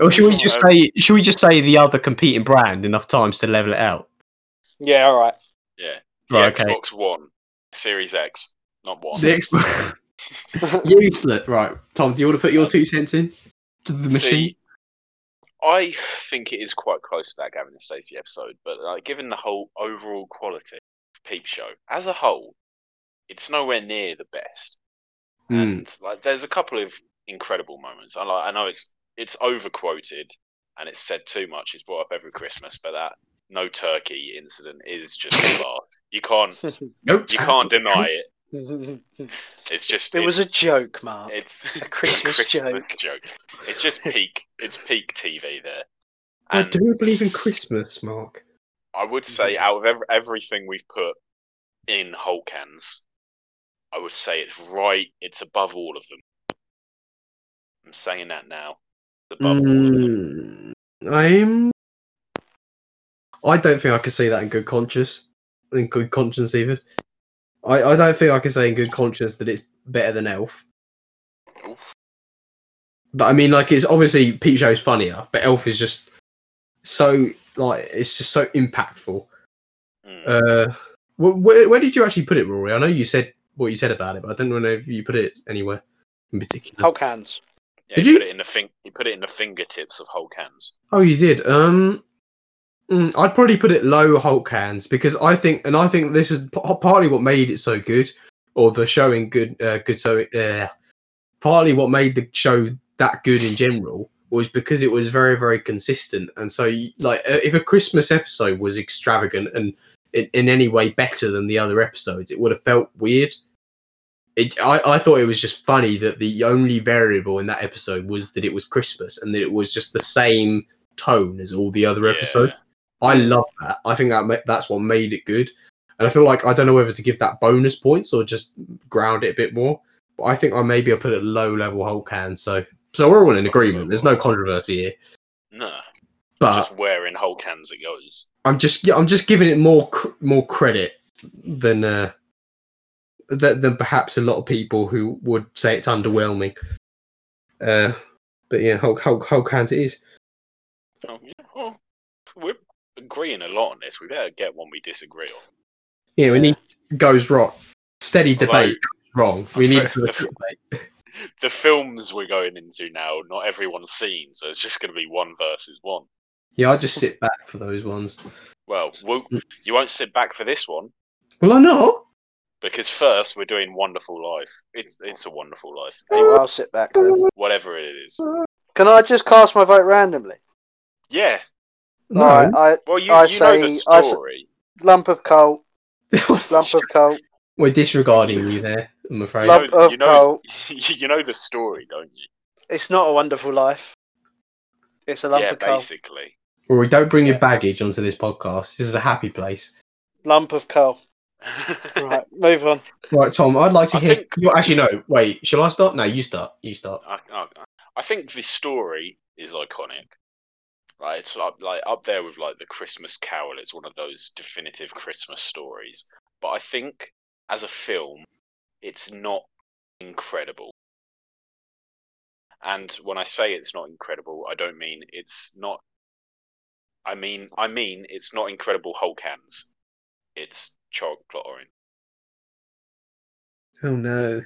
[SPEAKER 1] Or should we just
[SPEAKER 3] Um,
[SPEAKER 1] say? Should we just say the other competing brand enough times to level it out?
[SPEAKER 2] Yeah, all right. (laughs)
[SPEAKER 3] yeah. The
[SPEAKER 1] Right. okay.
[SPEAKER 3] Xbox One, Series X, not one.
[SPEAKER 1] The Xbox. (laughs) Useless. Right, Tom. Do you want to put your two cents in to the machine?
[SPEAKER 3] See, I think it is quite close to that Gavin and Stacey episode, but like, given the whole overall quality of Peep Show as a whole, it's nowhere near the best.
[SPEAKER 1] Mm.
[SPEAKER 3] And like, there's a couple of incredible moments. I like, I know it's it's overquoted and it's said too much. It's brought up every Christmas, but that no turkey incident is just class. You can't
[SPEAKER 1] Nope. (laughs)
[SPEAKER 3] you can't deny it.
[SPEAKER 2] it
[SPEAKER 3] It's just it's,
[SPEAKER 2] was a joke, Mark.
[SPEAKER 3] it's
[SPEAKER 2] a Christmas joke.
[SPEAKER 3] It's just peak. It's peak TV there.
[SPEAKER 1] I
[SPEAKER 3] And
[SPEAKER 1] do you believe in Christmas, Mark?
[SPEAKER 3] I would say out of ev- everything we've put in Holcans, I would say it's right. It's above all of them. I'm saying that now. It's above all of them.
[SPEAKER 1] Mm, I'm. I don't think I could say that in good conscience. In good conscience, even. I, I don't think I can say in good conscience that it's better than Elf.
[SPEAKER 3] Oof.
[SPEAKER 1] But I mean, like, it's obviously Peep Show's funnier, but Elf is just so like it's just so impactful.
[SPEAKER 3] Mm.
[SPEAKER 1] Uh, wh- where, where did you actually put it, Rory? I know you said what you said about it, but I don't know if you put it anywhere in particular.
[SPEAKER 2] Hulk hands.
[SPEAKER 3] yeah,
[SPEAKER 1] did
[SPEAKER 3] he
[SPEAKER 1] you-
[SPEAKER 3] put it in the thing? He put it in the fingertips of Holcans.
[SPEAKER 1] Oh, you did. Um, mm, I'd probably put it low Hulk hands because I think, and I think this is p- partly what made it so good, or the showing good, uh, good. So, uh, partly what made the show that good in general was because it was very, very consistent. And so, y- like, uh, if a Christmas episode was extravagant and in, in any way better than the other episodes, it would have felt weird. It, I, I thought it was just funny that the only variable in that episode was that it was Christmas and that it was just the same tone as all the other
[SPEAKER 3] Yeah.
[SPEAKER 1] episodes. I love that. I think that ma- that's what made it good. And I feel like I don't know whether to give that bonus points or just ground it a bit more. But I think I maybe I put it low level Hulk hand. So so we're all in agreement. There's no controversy here.
[SPEAKER 3] No,
[SPEAKER 1] But
[SPEAKER 3] just where in Holcans it goes.
[SPEAKER 1] I'm just yeah, I'm just giving it more cr- more credit than uh than, than perhaps a lot of people who would say it's underwhelming. Uh, but yeah, Hulk Hulk Hulk hand it is.
[SPEAKER 3] Oh, yeah, well, we're agreeing a lot on this. We better get one we disagree on.
[SPEAKER 1] Yeah, we need goes wrong. Steady
[SPEAKER 3] Although-
[SPEAKER 1] debate wrong. We need it for the clickbait.
[SPEAKER 3] the films we're going into now, not everyone's seen, so it's just going to be one versus one.
[SPEAKER 1] Yeah, I just sit back for those ones.
[SPEAKER 3] Well, we'll you won't sit back for this one
[SPEAKER 1] Well, I know.
[SPEAKER 3] because first we're doing Wonderful Life. It's it's a Wonderful Life,
[SPEAKER 2] Well, I'll sit back then.
[SPEAKER 3] whatever it is.
[SPEAKER 2] Can I just cast my vote randomly?
[SPEAKER 3] Yeah.
[SPEAKER 1] No.
[SPEAKER 2] All
[SPEAKER 1] (laughs)
[SPEAKER 2] right, I
[SPEAKER 3] Well, you,
[SPEAKER 2] I
[SPEAKER 3] you know the
[SPEAKER 2] say- I say-
[SPEAKER 3] story. (laughs)
[SPEAKER 2] lump of coal, lump of coal,
[SPEAKER 1] We're disregarding you there. I'm afraid.
[SPEAKER 3] Love-
[SPEAKER 2] lump of
[SPEAKER 3] you know-
[SPEAKER 2] coal.
[SPEAKER 3] you know the story, don't you?
[SPEAKER 2] It's not a wonderful life. It's a lump
[SPEAKER 3] yeah,
[SPEAKER 2] of coal.
[SPEAKER 3] basically. (laughs)
[SPEAKER 1] Well, we don't bring your baggage onto this podcast. This is a happy place.
[SPEAKER 2] Lump of coal. (laughs) Right, (laughs) move on.
[SPEAKER 1] Right, Tom. I'd like to
[SPEAKER 3] I
[SPEAKER 1] hear.
[SPEAKER 3] think-
[SPEAKER 1] you Actually, no. Wait. Shall I start? No, you start. You start.
[SPEAKER 3] I, I, I think the story is iconic. Right, it's up, like up there with like the Christmas Carol. It's one of those definitive Christmas stories. But I think as a film, it's not incredible. And when I say it's not incredible, I don't mean it's not. I mean, I mean it's not incredible Hulk hands. It's Chog plot orange.
[SPEAKER 1] Oh no.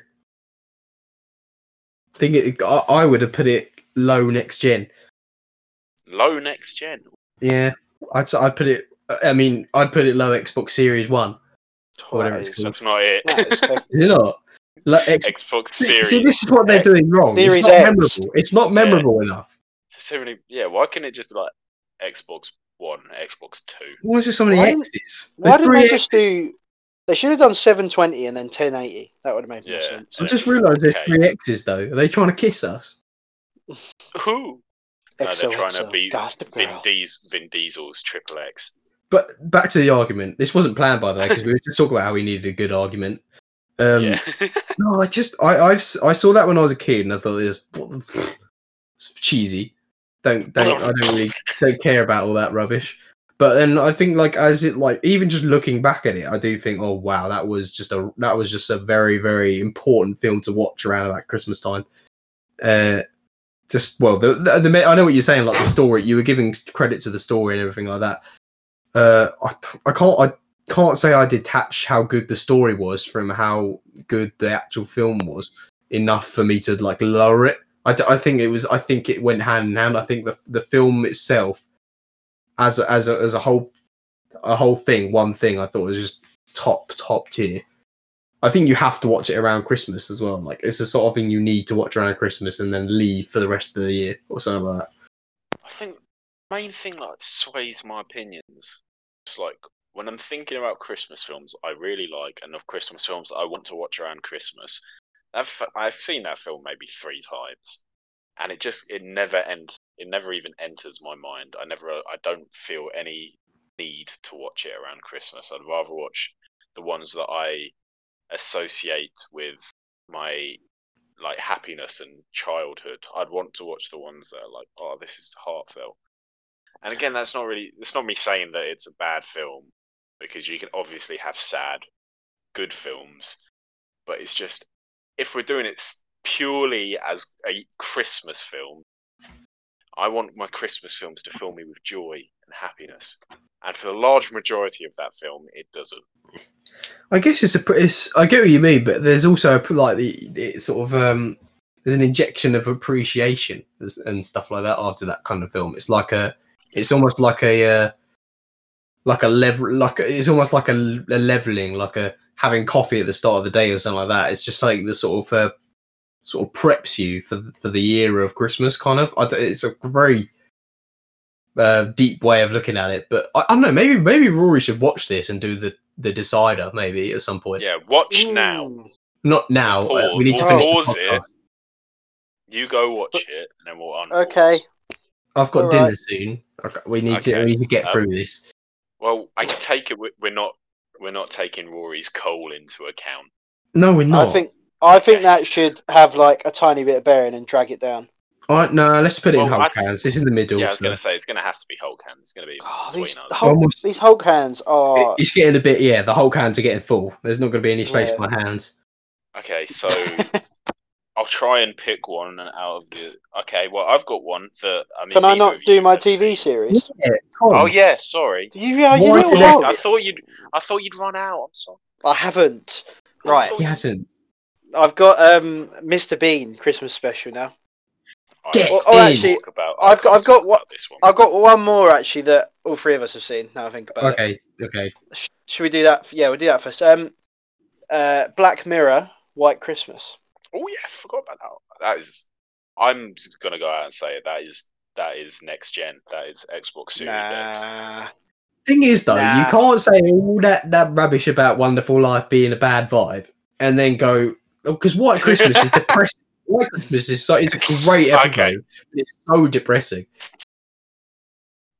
[SPEAKER 1] I think it, I, I would have put it low next gen.
[SPEAKER 3] Low next gen.
[SPEAKER 1] Yeah, I'd s- I'd put it. I mean, I'd put it low Xbox Series One. Or whatever
[SPEAKER 2] That
[SPEAKER 1] it's
[SPEAKER 2] is-
[SPEAKER 1] called.
[SPEAKER 3] That's not it.
[SPEAKER 2] that is best.
[SPEAKER 1] Is it not? Like, X-
[SPEAKER 3] (laughs) Xbox
[SPEAKER 1] see,
[SPEAKER 3] Series.
[SPEAKER 1] see, this is what they're doing wrong.
[SPEAKER 2] Series
[SPEAKER 1] it's not
[SPEAKER 2] X.
[SPEAKER 1] memorable. It's not memorable enough.
[SPEAKER 3] so many. Yeah, why can't it just be like Xbox One, Xbox Two?
[SPEAKER 1] Why is there so many
[SPEAKER 2] Why-
[SPEAKER 1] X's?
[SPEAKER 2] Why
[SPEAKER 1] There's
[SPEAKER 2] did
[SPEAKER 1] three
[SPEAKER 2] they
[SPEAKER 1] X-
[SPEAKER 2] just do? They should have done 720 and then 1080. That would have made more
[SPEAKER 3] Yeah.
[SPEAKER 2] sense.
[SPEAKER 1] I just realised there's
[SPEAKER 3] Okay.
[SPEAKER 1] three X's though. Are they trying to kiss us?
[SPEAKER 3] Who? No, they're trying to
[SPEAKER 2] XOXO,
[SPEAKER 3] be
[SPEAKER 2] Gossip
[SPEAKER 3] Vin,
[SPEAKER 2] Girl.
[SPEAKER 3] Dies- Vin Diesel's Triple X.
[SPEAKER 1] But back to the argument. This wasn't planned by the way because we were just talking about how we needed a good argument. Um,
[SPEAKER 3] yeah. (laughs)
[SPEAKER 1] No, I just I I've s- I saw that when I was a kid and I thought it was (laughs) what the- it's cheesy. Don't don't I don't really don't care about all that rubbish. But then I think like as it like even just looking back at it, I do think oh wow that was just a that was just a very very important film to watch around about Christmas time. Uh, just well the, the, the ma- I know what you're saying like the story you were giving credit to the story and everything like that. Uh, I I can't I can't say I detach how good the story was from how good the actual film was enough for me to like lower it. I, d- I think it was I think it went hand in hand. I think the the film itself as a, as a, as a whole a whole thing one thing I thought was just top top tier. I think you have to watch it around Christmas as well. Like it's the sort of thing you need to watch around Christmas and then leave for the rest of the year or something like that.
[SPEAKER 3] I think the main thing that sways my opinions. It's like when I'm thinking about Christmas films I really like and of Christmas films I want to watch around Christmas. I've I've seen that film maybe three times, and it just it never ent it never even enters my mind. I never I don't feel any need to watch it around Christmas. I'd rather watch the ones that I associate with my like happiness and childhood. I'd want to watch the ones that are like, oh, this is heartfelt. And again, that's not really it's not me saying that it's a bad film because you can obviously have sad, good films, but it's just if we're doing it s- purely as a Christmas film, I want my Christmas films to fill me with joy and happiness. And for the large majority of that film, it doesn't.
[SPEAKER 1] I guess it's a pr- it's I get what you mean, but there's also a, pr- like the it sort of um there's an injection of appreciation as- and stuff like that after that kind of film. It's like a it's almost like a uh, like a level like a, it's almost like a, l- a leveling like a having coffee at the start of the day or something like that. It's just something that sort of uh, sort of preps you for th- for the era of Christmas kind of. I d it's a very uh, deep way of looking at it, but I, I don't know. Maybe maybe Rory should watch this and do the the decider maybe at some point.
[SPEAKER 3] Yeah, watch now.
[SPEAKER 2] Mm.
[SPEAKER 1] Not now. uh,
[SPEAKER 3] Pause.
[SPEAKER 1] we need to
[SPEAKER 2] Well,
[SPEAKER 1] finish. the
[SPEAKER 3] pause it.
[SPEAKER 1] podcast.
[SPEAKER 3] You go watch it, and then we'll unpause.
[SPEAKER 2] Okay.
[SPEAKER 1] I've got
[SPEAKER 2] All
[SPEAKER 1] dinner
[SPEAKER 2] right.
[SPEAKER 1] soon. Okay, we need to
[SPEAKER 3] Okay.
[SPEAKER 1] we need to get
[SPEAKER 3] Um,
[SPEAKER 1] through this.
[SPEAKER 3] Well, I take it we- we're not we're not taking Rory's coal into account.
[SPEAKER 1] No, we're not.
[SPEAKER 2] I think I think that should have like a tiny bit of bearing and drag it down.
[SPEAKER 1] All right, no, let's put it in
[SPEAKER 3] Well,
[SPEAKER 1] Hulk
[SPEAKER 3] I-
[SPEAKER 1] hands. It's in the middle.
[SPEAKER 3] yeah, I was
[SPEAKER 1] so-
[SPEAKER 3] going to say it's going to have to be Hulk hand. It's going to be
[SPEAKER 2] Oh,
[SPEAKER 3] between
[SPEAKER 2] these, the
[SPEAKER 3] us.
[SPEAKER 2] Hulk,
[SPEAKER 1] Almost-
[SPEAKER 2] these Hulk hands
[SPEAKER 1] it-
[SPEAKER 3] (laughs)
[SPEAKER 2] are.
[SPEAKER 1] it's getting a bit. Yeah, the Hulk hands are getting full. There's not going to be any space
[SPEAKER 2] Yeah.
[SPEAKER 1] for my hands.
[SPEAKER 3] Okay, so (laughs) I'll try and pick one out of the. Okay, well I've got one that I
[SPEAKER 2] (laughs)
[SPEAKER 3] mean.
[SPEAKER 2] Can I
[SPEAKER 3] neither
[SPEAKER 2] not
[SPEAKER 3] of you
[SPEAKER 2] do my
[SPEAKER 3] have
[SPEAKER 2] TV
[SPEAKER 3] seen.
[SPEAKER 2] series?
[SPEAKER 1] Yeah,
[SPEAKER 3] Oh
[SPEAKER 1] Tom,
[SPEAKER 3] yeah, sorry.
[SPEAKER 2] You, yeah, you
[SPEAKER 1] Why
[SPEAKER 2] little
[SPEAKER 1] did I-
[SPEAKER 2] Hulk.
[SPEAKER 3] I thought you'd. I thought you'd run out. I'm sorry.
[SPEAKER 2] I haven't. Right,
[SPEAKER 1] he hasn't.
[SPEAKER 2] I've got um Mr Bean Christmas special now.
[SPEAKER 1] Get
[SPEAKER 3] I-
[SPEAKER 1] in.
[SPEAKER 3] actually, talk about,
[SPEAKER 2] I've got- I've got
[SPEAKER 3] talk
[SPEAKER 2] what-
[SPEAKER 3] about this one.
[SPEAKER 2] I've got one more actually that all three of us have seen. Now I think about it.
[SPEAKER 1] Okay, okay.
[SPEAKER 2] Sh- should we do that? f- Yeah, we'll do that first. Um, uh, Black Mirror, White Christmas.
[SPEAKER 3] Oh yeah, I forgot about that. That is, I'm just gonna go out and say it. That is that is next gen. That is Xbox Series X.
[SPEAKER 2] Nah.
[SPEAKER 1] Thing is, though, you
[SPEAKER 2] Nah.
[SPEAKER 1] can't say all that, that rubbish about Wonderful Life being a bad vibe and then go because White Christmas
[SPEAKER 3] (laughs)
[SPEAKER 1] is depressing. White Christmas is so it's a great episode.
[SPEAKER 3] Okay.
[SPEAKER 1] but It's so depressing.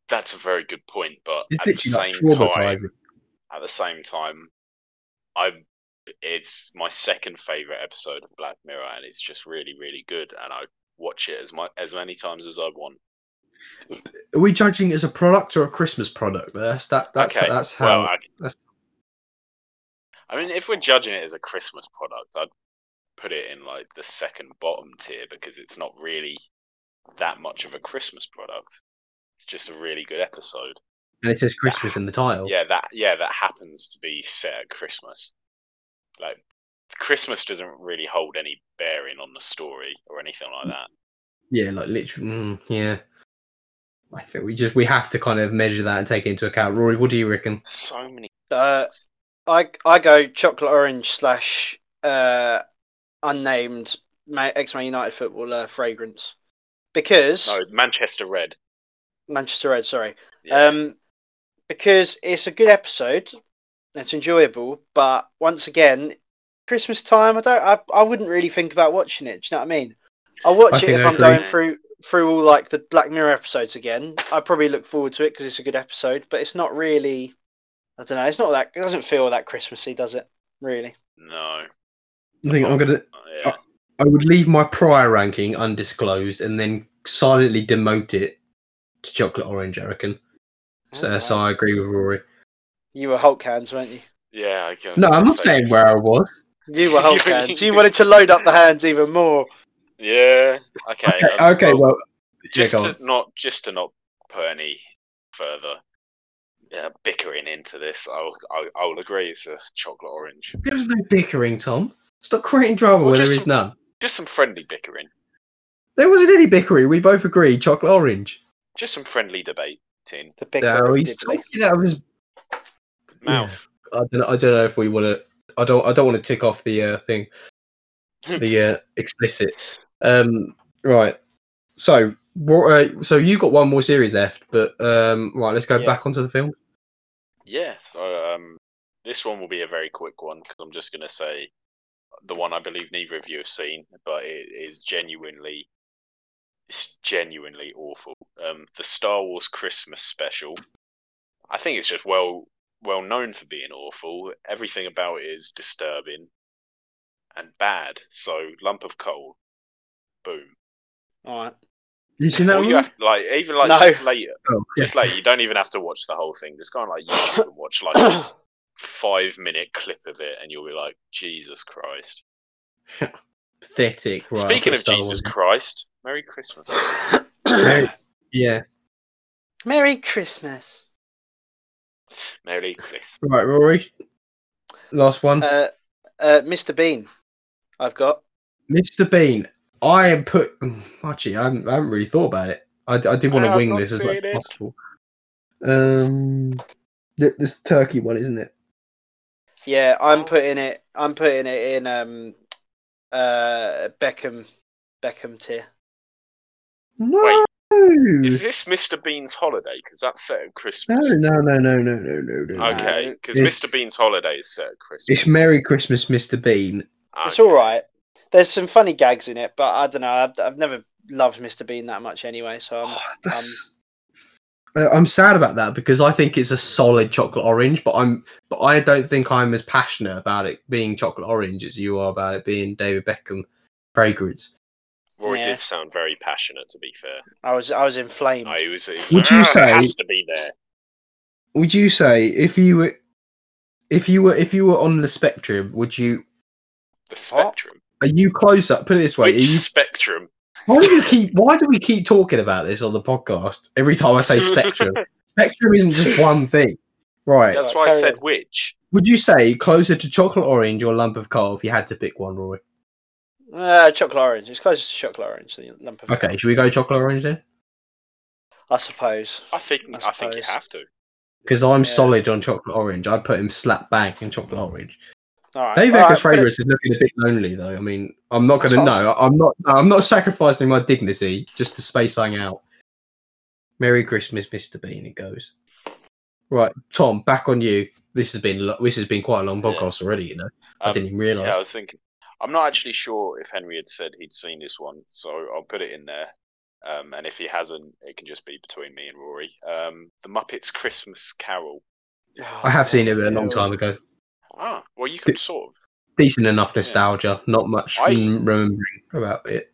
[SPEAKER 3] That's a very good point, but
[SPEAKER 1] It's
[SPEAKER 3] at the
[SPEAKER 1] literally like
[SPEAKER 3] same time,
[SPEAKER 1] traumatizing.
[SPEAKER 3] at the same time, I'm. It's my second favorite episode of Black Mirror, and it's just really, really good. And I watch it as my as many times as I want.
[SPEAKER 1] Are we judging it as a product or a Christmas product? That's that. That's
[SPEAKER 3] okay,
[SPEAKER 1] that's how.
[SPEAKER 3] well, I,
[SPEAKER 1] that's-
[SPEAKER 3] I mean, if we're judging it as a Christmas product, I'd put it in like the second bottom tier because it's not really that much of a Christmas product. It's just a really good episode.
[SPEAKER 1] and it says Christmas in the title.
[SPEAKER 3] Yeah, that yeah, that happens to be set at Christmas. Like Christmas doesn't really hold any bearing on the story or anything
[SPEAKER 1] Mm.
[SPEAKER 3] like that.
[SPEAKER 1] Yeah, like literally. Mm, yeah. I think we just we have to kind of measure that and take it into account. Rory, what do you reckon?
[SPEAKER 3] So many
[SPEAKER 2] Uh, I I go chocolate orange slash uh, unnamed X Man United footballer fragrance because
[SPEAKER 3] No, Manchester Red.
[SPEAKER 2] Manchester Red. Sorry,
[SPEAKER 3] Yeah.
[SPEAKER 2] um, because it's a good episode. It's enjoyable, but once again, Christmas time. I don't. I, I wouldn't really think about watching it. Do you know what I mean? I watch
[SPEAKER 1] I
[SPEAKER 2] it
[SPEAKER 1] think
[SPEAKER 2] if
[SPEAKER 1] I
[SPEAKER 2] I'm
[SPEAKER 1] agree.
[SPEAKER 2] going through through all like the Black Mirror episodes again. I probably look forward to it because it's a good episode, but it's not really. I don't know. It's not that. It doesn't feel that Christmassy, does it? Really?
[SPEAKER 3] no.
[SPEAKER 1] I think I'm gonna.
[SPEAKER 3] Yeah.
[SPEAKER 1] I would leave my prior ranking undisclosed and then silently demote it to chocolate orange. I reckon. So,
[SPEAKER 2] Okay.
[SPEAKER 1] so I agree with Rory.
[SPEAKER 2] You were Hulk hands, weren't you?
[SPEAKER 3] yeah, I guess.
[SPEAKER 1] No, I'm not
[SPEAKER 3] So-
[SPEAKER 1] saying where I was.
[SPEAKER 2] You were Hulk hands. You wanted to load up the hands even more.
[SPEAKER 3] Yeah. Okay.
[SPEAKER 1] Okay,
[SPEAKER 3] um,
[SPEAKER 1] okay, well, yeah,
[SPEAKER 3] just
[SPEAKER 1] go on.
[SPEAKER 3] to not just to not put any further uh, bickering into this, I'll, I'll I'll agree it's a chocolate orange.
[SPEAKER 1] There was no bickering, Tom. Stop creating drama
[SPEAKER 3] Well,
[SPEAKER 1] where there
[SPEAKER 3] just
[SPEAKER 1] is none.
[SPEAKER 3] Just some friendly bickering,
[SPEAKER 1] There wasn't any bickering. We both agreed. Chocolate orange.
[SPEAKER 3] just some friendly debating.
[SPEAKER 2] The big
[SPEAKER 1] No,
[SPEAKER 2] red
[SPEAKER 1] he's
[SPEAKER 2] diddly.
[SPEAKER 1] talking out of his
[SPEAKER 3] Mouth.
[SPEAKER 1] I don't. know- I don't know if we want to. I don't. I don't want to tick off the uh, thing. The uh,
[SPEAKER 3] (laughs)
[SPEAKER 1] explicit. Um. Right. So. wha- Uh, so you got one more series left, but um. Right. Let's go
[SPEAKER 2] Yeah.
[SPEAKER 1] back onto the film.
[SPEAKER 3] Yeah. So um, this one will be a very quick one because I'm just gonna say the one I believe neither of you have seen, but it is genuinely. It's genuinely awful. Um, the Star Wars Christmas special. I think it's just well well known for being awful. Everything about it is disturbing and bad. So lump of coal, boom.
[SPEAKER 2] All right. (coughs)
[SPEAKER 1] You seen that
[SPEAKER 3] Or
[SPEAKER 1] one?
[SPEAKER 3] you have like even like
[SPEAKER 2] No.
[SPEAKER 3] just later,
[SPEAKER 1] Oh, yeah.
[SPEAKER 3] just later. You don't even have to watch the whole thing. Just go on like YouTube and watch like a five minute clip of it, and you'll be like, Jesus Christ.
[SPEAKER 1] Pathetic. Right.
[SPEAKER 3] Speaking
[SPEAKER 1] but
[SPEAKER 3] of
[SPEAKER 1] Star
[SPEAKER 3] Jesus
[SPEAKER 1] Wars.
[SPEAKER 3] Christ, Merry Christmas. (laughs)
[SPEAKER 1] Yeah.
[SPEAKER 2] Merry Christmas.
[SPEAKER 3] Merry Christmas.
[SPEAKER 1] Right, Rory. Last one.
[SPEAKER 2] Uh, uh, Mr. Bean. I've got.
[SPEAKER 1] Mr. Bean, I am put. Actually, I haven't, I haven't really thought about it. I, I did want to
[SPEAKER 3] I have
[SPEAKER 1] wing
[SPEAKER 3] not
[SPEAKER 1] this as
[SPEAKER 3] seen
[SPEAKER 1] much as
[SPEAKER 3] it.
[SPEAKER 1] possible. Um, th- this turkey one, isn't it?
[SPEAKER 2] Yeah, I'm putting it. I'm putting it in um, uh, Beckham, Beckham tier.
[SPEAKER 1] No.
[SPEAKER 3] Is this Mr. Bean's holiday? Because that's set at
[SPEAKER 1] Mm. no,
[SPEAKER 3] Christmas.
[SPEAKER 1] no, no, no, no, no, no, no.
[SPEAKER 3] Okay,
[SPEAKER 2] No.
[SPEAKER 3] because
[SPEAKER 1] It's-
[SPEAKER 3] Mr. Bean's holiday is set at Christmas. Ah,
[SPEAKER 1] It's Merry Christmas, Mr.
[SPEAKER 3] Um,
[SPEAKER 1] Bean.
[SPEAKER 2] It's
[SPEAKER 3] Okay.
[SPEAKER 2] all right. There's some funny gags in it, but I don't know. I've, I've never loved Mr. Bean that much anyway. So
[SPEAKER 3] um,
[SPEAKER 2] I'm,
[SPEAKER 1] Oh, that's. Uh, I'm sad about that because I think it's a solid chocolate orange, but I'm, but I don't think I'm as passionate about it being chocolate orange as you are about it being David Beckham fragrance.
[SPEAKER 3] Rory
[SPEAKER 2] Yeah. Mm.
[SPEAKER 3] did sound very passionate, to be fair.
[SPEAKER 2] I was I was inflamed.
[SPEAKER 3] No, he was, he was
[SPEAKER 1] Would
[SPEAKER 3] like,
[SPEAKER 1] you
[SPEAKER 3] "Ah, it
[SPEAKER 1] say-
[SPEAKER 3] has to be there?
[SPEAKER 1] would you say if you were if you were if you were on the spectrum would you
[SPEAKER 3] The spectrum.
[SPEAKER 1] are you closer put it this way are
[SPEAKER 3] Which
[SPEAKER 1] you,
[SPEAKER 3] spectrum?
[SPEAKER 1] why do you keep why do we keep talking about this on the podcast every time i say spectrum spectrum isn't just one thing right
[SPEAKER 3] That's
[SPEAKER 2] Right,
[SPEAKER 3] why I
[SPEAKER 2] carry
[SPEAKER 3] said
[SPEAKER 2] on.
[SPEAKER 3] which.
[SPEAKER 1] would you say closer to chocolate orange or lump of coal if you had to pick one roy
[SPEAKER 2] Uh, chocolate orange. It's closer to chocolate orange than lump of coal,
[SPEAKER 1] Okay, should we go chocolate orange then?
[SPEAKER 2] I suppose.
[SPEAKER 3] I think
[SPEAKER 2] I
[SPEAKER 3] I, think you
[SPEAKER 2] suppose.
[SPEAKER 3] have to.
[SPEAKER 1] Because I'm
[SPEAKER 2] Yeah.
[SPEAKER 1] solid on chocolate orange. I'd put him slap bang in chocolate orange.
[SPEAKER 2] All right.
[SPEAKER 1] Dave
[SPEAKER 2] all
[SPEAKER 1] Eckers
[SPEAKER 2] right, put it-
[SPEAKER 1] Fragrance is looking a bit lonely though. I mean, I'm not
[SPEAKER 2] That's
[SPEAKER 1] gonna
[SPEAKER 2] what I
[SPEAKER 1] know. I'm not. I'm not sacrificing my dignity just to space something out. Merry Christmas, Mr. Bean. It goes. Right, Tom, back on you. This has been lo- this has been quite a long
[SPEAKER 3] Yeah.
[SPEAKER 1] podcast already. You know, I
[SPEAKER 3] Um,
[SPEAKER 1] didn't even realise.
[SPEAKER 3] Yeah, I was thinking. I'm not actually sure if Henry had said he'd seen this one, so I'll put it in there. Um, and if he hasn't, it can just be between me and Rory. Um, the Muppets Christmas Carol.
[SPEAKER 1] I have seen it a long
[SPEAKER 2] Yeah.
[SPEAKER 1] time ago.
[SPEAKER 3] Ah, well, you can sort of.
[SPEAKER 1] Decent enough nostalgia. Not much
[SPEAKER 3] I-
[SPEAKER 1] mm, remembering about it.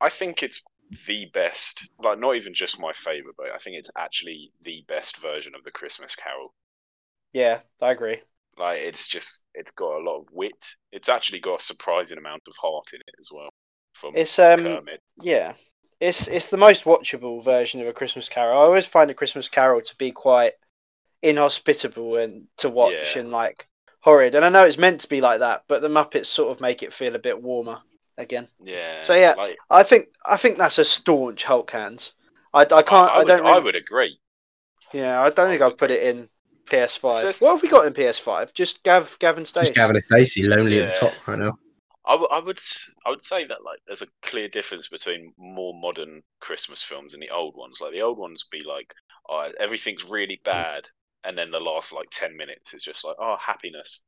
[SPEAKER 3] I think it's the best. Like, not even just my favorite, but I think it's actually the best version of the Christmas Carol.
[SPEAKER 2] Yeah, I agree.
[SPEAKER 3] Like, it's just it's got a lot of wit. It's actually got a surprising amount of heart in it as well. From
[SPEAKER 2] It's um,
[SPEAKER 3] Kermit.
[SPEAKER 2] yeah, it's it's the most watchable version of a Christmas Carol. I always find a Christmas Carol to be quite inhospitable and to watch
[SPEAKER 3] Yeah.
[SPEAKER 2] and like horrid. And I know it's meant to be like that, but the Muppets sort of make it feel a bit warmer again.
[SPEAKER 3] Yeah.
[SPEAKER 2] so, yeah,
[SPEAKER 3] like,
[SPEAKER 2] I think I think that's a staunch Hulk hands. I, I can't.
[SPEAKER 3] I,
[SPEAKER 2] I,
[SPEAKER 3] would,
[SPEAKER 2] don't.
[SPEAKER 3] I
[SPEAKER 2] really-
[SPEAKER 3] would agree.
[SPEAKER 2] Yeah, I don't think I'd put it in PS5.
[SPEAKER 3] Is this-
[SPEAKER 2] What have we got in PS5? Just Gav, Gavin Stage.
[SPEAKER 1] Just Gavin and Stacey lonely at the
[SPEAKER 3] Yeah.
[SPEAKER 1] top right now.
[SPEAKER 3] I, w- I would s- I would say that like there's a clear difference between more modern Christmas films and the old ones. Like the old ones be like, oh, everything's really
[SPEAKER 1] Hmm.
[SPEAKER 3] bad, and then the last like ten minutes is just like, oh, happiness.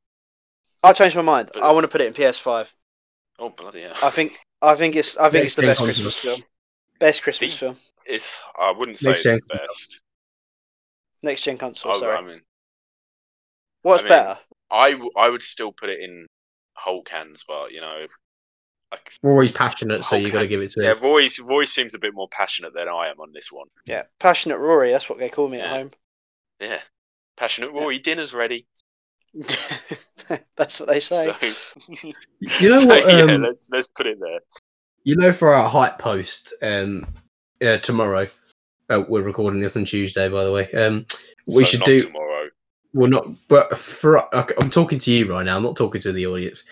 [SPEAKER 2] I changed my mind. I want to put it in PS5.
[SPEAKER 3] Oh bloody hell!
[SPEAKER 2] I think I think it's I think it's the
[SPEAKER 1] Next
[SPEAKER 2] best
[SPEAKER 1] gen
[SPEAKER 2] Christmas
[SPEAKER 1] console.
[SPEAKER 2] film. Best Christmas
[SPEAKER 3] The-
[SPEAKER 2] film.
[SPEAKER 3] it's I wouldn't say
[SPEAKER 1] Makes
[SPEAKER 3] it's the
[SPEAKER 1] sense. Oh,
[SPEAKER 3] best.
[SPEAKER 2] Next gen console.
[SPEAKER 3] I,
[SPEAKER 2] sorry.
[SPEAKER 3] I mean,
[SPEAKER 2] What's
[SPEAKER 3] Oh, I mean-
[SPEAKER 2] better?
[SPEAKER 3] I, w- I would still put it in Hulk hands, but you know, like
[SPEAKER 1] Rory's passionate, so
[SPEAKER 3] Hulk
[SPEAKER 1] you got to
[SPEAKER 3] hands-
[SPEAKER 1] give it to
[SPEAKER 3] Yeah,
[SPEAKER 1] him.
[SPEAKER 3] Roy Roy seems a bit more passionate than I am on this one.
[SPEAKER 2] Yeah, passionate Rory. That's what they call me
[SPEAKER 3] Yeah.
[SPEAKER 2] at
[SPEAKER 3] Yeah, passionate Rory, dinner's ready.
[SPEAKER 2] home. (laughs) that's what they say.
[SPEAKER 3] So-
[SPEAKER 1] You know
[SPEAKER 3] (laughs) so,
[SPEAKER 1] what?
[SPEAKER 3] yeah,
[SPEAKER 1] um,
[SPEAKER 3] let's let's put it there.
[SPEAKER 1] You know, for our hype post um, uh, tomorrow, uh, we're recording this on Tuesday, by the way. Um, we
[SPEAKER 3] So
[SPEAKER 1] should
[SPEAKER 3] not
[SPEAKER 1] do.
[SPEAKER 3] tomorrow.
[SPEAKER 1] Well, not. But for, okay, I'm talking to you right now. I'm not talking to the audience.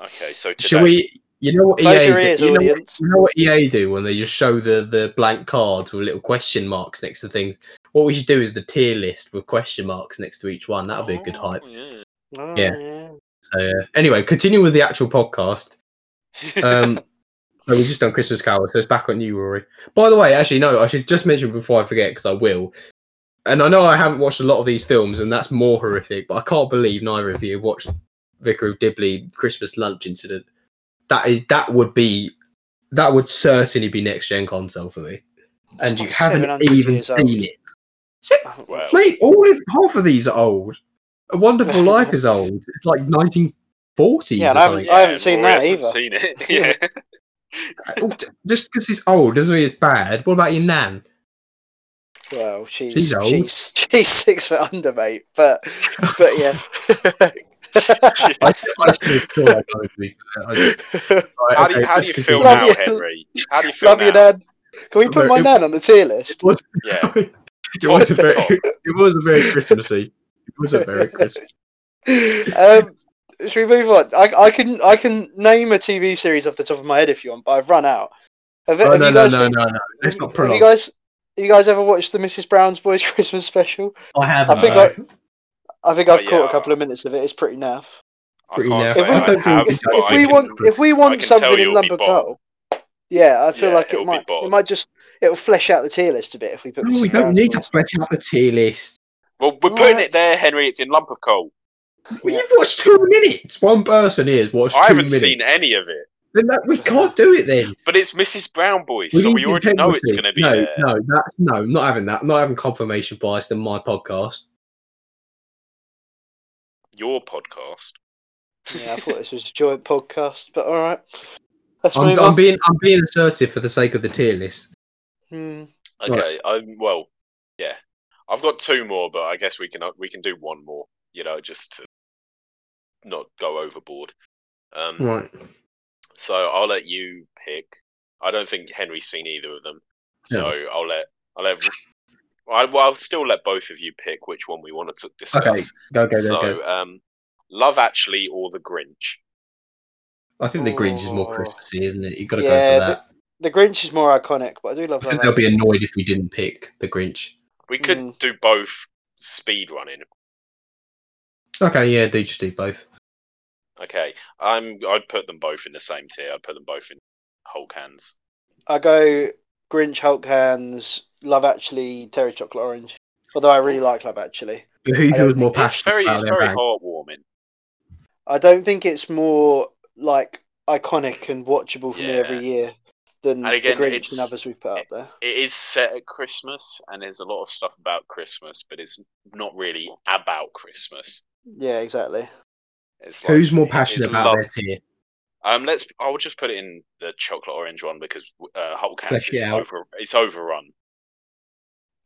[SPEAKER 3] Okay, so today,
[SPEAKER 1] Should we? You know what
[SPEAKER 2] Close your
[SPEAKER 1] EA?
[SPEAKER 2] ears,
[SPEAKER 1] Do, you, know what,
[SPEAKER 2] audience.
[SPEAKER 1] you know what EA do when they just show the the blank cards with little question marks next to things. What we should do is the tier list with question marks next to each one. That would be a good
[SPEAKER 3] Oh,
[SPEAKER 1] hype.
[SPEAKER 3] yeah.
[SPEAKER 2] Oh,
[SPEAKER 1] Yeah. So uh, anyway, continue with the actual
[SPEAKER 2] (laughs)
[SPEAKER 1] podcast. Um, so we've just done Christmas Carol, so it's back on you, Rory. By the way, actually, no, I should just mention before I forget, because I will. And I know I haven't watched a lot of these films, and that's more horrific, but I can't believe neither of you have watched Vicar of Dibley Christmas Lunch Incident. That is that would be that would certainly be next gen console for me. And you
[SPEAKER 2] It's
[SPEAKER 1] haven't
[SPEAKER 2] 700
[SPEAKER 1] even
[SPEAKER 2] Oh, years
[SPEAKER 1] seen
[SPEAKER 2] old.
[SPEAKER 1] it. Seven-
[SPEAKER 2] Oh,
[SPEAKER 3] well,
[SPEAKER 1] Mate, all of half of these are old. A Wonderful Life is old. It's like 1940s.
[SPEAKER 2] Yeah,
[SPEAKER 1] or
[SPEAKER 2] and I haven't-
[SPEAKER 1] something.
[SPEAKER 2] I haven't seen
[SPEAKER 3] Rory
[SPEAKER 2] that
[SPEAKER 3] hasn't
[SPEAKER 2] either.
[SPEAKER 3] Seen it.
[SPEAKER 2] (laughs) Yeah.
[SPEAKER 3] Yeah.
[SPEAKER 1] Oh, d- just because it's old doesn't mean it's bad. What about your nan?
[SPEAKER 2] well, she's
[SPEAKER 1] She's
[SPEAKER 2] she's,
[SPEAKER 1] old.
[SPEAKER 2] she's six foot under, mate.
[SPEAKER 1] (laughs)
[SPEAKER 2] But but
[SPEAKER 3] (laughs)
[SPEAKER 2] yeah.
[SPEAKER 1] I, I should have thought I'd go to be fair. I just- right,
[SPEAKER 3] How do
[SPEAKER 1] okay,
[SPEAKER 3] you, how do
[SPEAKER 1] let's
[SPEAKER 3] you
[SPEAKER 1] continue.
[SPEAKER 3] feel
[SPEAKER 2] Love
[SPEAKER 3] now,
[SPEAKER 2] you.
[SPEAKER 3] Henry? How do you feel
[SPEAKER 2] Love you,
[SPEAKER 3] now?
[SPEAKER 2] Dad. Can we put my
[SPEAKER 1] It-
[SPEAKER 2] nan on the tier list?
[SPEAKER 1] It was,
[SPEAKER 3] Yeah.
[SPEAKER 1] it was a very, it was a very Christmassy. It was a very Christmas.
[SPEAKER 2] um, should we move on? I, I can I can name a TV series off the top of my head if you want, but I've run out. Have,
[SPEAKER 1] Oh,
[SPEAKER 2] have
[SPEAKER 1] no,
[SPEAKER 2] you
[SPEAKER 1] no,
[SPEAKER 2] guys,
[SPEAKER 1] no, no, no. Let's
[SPEAKER 2] have-
[SPEAKER 1] not
[SPEAKER 2] have you
[SPEAKER 1] prolong.
[SPEAKER 2] guys, you guys ever watched the Mrs. Brown's Boys (laughs) Christmas special?
[SPEAKER 1] I have.
[SPEAKER 2] I think
[SPEAKER 1] no.
[SPEAKER 2] I- I think
[SPEAKER 3] Oh,
[SPEAKER 2] I've
[SPEAKER 3] yeah,
[SPEAKER 2] caught a
[SPEAKER 3] I-
[SPEAKER 2] couple of minutes of it. It's pretty naff.
[SPEAKER 3] I
[SPEAKER 1] Pretty
[SPEAKER 3] can't
[SPEAKER 1] now.
[SPEAKER 3] say
[SPEAKER 2] If we
[SPEAKER 3] I
[SPEAKER 2] don't
[SPEAKER 3] have,
[SPEAKER 1] think-
[SPEAKER 2] If,
[SPEAKER 3] but
[SPEAKER 2] if
[SPEAKER 3] I
[SPEAKER 2] we
[SPEAKER 3] can-
[SPEAKER 2] want, if we
[SPEAKER 3] I
[SPEAKER 2] want
[SPEAKER 3] can
[SPEAKER 2] something
[SPEAKER 3] tell
[SPEAKER 2] in
[SPEAKER 3] you'll be
[SPEAKER 2] lumber
[SPEAKER 3] bottom.
[SPEAKER 2] coal, yeah, I feel
[SPEAKER 3] Yeah,
[SPEAKER 2] like it
[SPEAKER 3] it'll be
[SPEAKER 2] might, it
[SPEAKER 3] bottom.
[SPEAKER 2] might just, it'll flesh out the tier list a bit if we put.
[SPEAKER 1] No,
[SPEAKER 2] Mrs.
[SPEAKER 1] we don't
[SPEAKER 2] Brown's
[SPEAKER 1] need to
[SPEAKER 2] Boys.
[SPEAKER 1] flesh out the tier list.
[SPEAKER 3] Well, we're
[SPEAKER 2] Well,
[SPEAKER 3] putting
[SPEAKER 2] I-
[SPEAKER 3] it there, Henry. It's in lump of coal.
[SPEAKER 1] Well, you've watched two minutes. One person here has watched
[SPEAKER 3] I
[SPEAKER 1] two
[SPEAKER 3] haven't
[SPEAKER 1] minutes.
[SPEAKER 3] seen any of it,
[SPEAKER 1] Then that, we can't do it then.
[SPEAKER 3] but it's Mrs. Brown Boys, so
[SPEAKER 1] need
[SPEAKER 3] we
[SPEAKER 1] the
[SPEAKER 3] already know it's
[SPEAKER 1] integrity.
[SPEAKER 3] going to be
[SPEAKER 1] no,
[SPEAKER 3] there.
[SPEAKER 1] No, that's no, not having that. Not having confirmation bias in my podcast.
[SPEAKER 3] Your podcast.
[SPEAKER 2] Yeah, I thought this was a joint podcast, but all right. Let's
[SPEAKER 1] I'm,
[SPEAKER 2] move
[SPEAKER 1] I'm
[SPEAKER 2] on.
[SPEAKER 1] being I'm being assertive for the sake of the tier list.
[SPEAKER 2] Hmm.
[SPEAKER 3] Okay, I'm well. Yeah, I've got two more, but I guess we can uh, we can do one more. You know, just to not go overboard. Um,
[SPEAKER 1] Right.
[SPEAKER 3] So I'll let you pick. I don't think Henry's seen either of them, so I'll let I'll let. I, well, I'll still let both of you pick which one we want to discuss.
[SPEAKER 1] Okay, go go go
[SPEAKER 3] so,
[SPEAKER 1] go.
[SPEAKER 3] um, Love Actually or The Grinch?
[SPEAKER 1] I think the Grinch is
[SPEAKER 2] Oh.
[SPEAKER 1] more Christmassy, isn't it? You've got to
[SPEAKER 2] Yeah,
[SPEAKER 1] go for that.
[SPEAKER 2] The Grinch is more iconic, but I do love
[SPEAKER 1] I think
[SPEAKER 2] that.
[SPEAKER 1] they'll be annoyed if we didn't pick the Grinch.
[SPEAKER 3] We could
[SPEAKER 2] Mm.
[SPEAKER 3] do both speed running.
[SPEAKER 1] Okay, yeah, do just do both.
[SPEAKER 3] Okay, I'm. I'd put them both in the same tier. I'd put them both in Hulk hands.
[SPEAKER 2] I go Grinch, Hulk hands, Love Actually, Terry Chocolate Orange. Although I really like Love Actually.
[SPEAKER 1] But who
[SPEAKER 2] I
[SPEAKER 1] feels
[SPEAKER 2] don't
[SPEAKER 1] more
[SPEAKER 3] It's
[SPEAKER 1] passionate
[SPEAKER 3] very,
[SPEAKER 1] about
[SPEAKER 3] it's
[SPEAKER 1] their
[SPEAKER 3] very
[SPEAKER 1] bag?
[SPEAKER 3] heartwarming.
[SPEAKER 2] I don't think it's more like iconic and watchable for me
[SPEAKER 3] Yeah.
[SPEAKER 2] every year than
[SPEAKER 3] And again,
[SPEAKER 2] the Grinch
[SPEAKER 3] it's-
[SPEAKER 2] and others we've put up there.
[SPEAKER 3] It is set at Christmas, and there's a lot of stuff about Christmas, but it's not really about Christmas.
[SPEAKER 2] Yeah, exactly.
[SPEAKER 3] It's like-
[SPEAKER 1] Who's more
[SPEAKER 3] it- it
[SPEAKER 1] passionate about their
[SPEAKER 3] loves-
[SPEAKER 1] tier?
[SPEAKER 3] Um, let's. I'll just put it in the chocolate orange one because uh, Hulk hands
[SPEAKER 1] Flesh it
[SPEAKER 3] is
[SPEAKER 1] out.
[SPEAKER 3] over. It's overrun,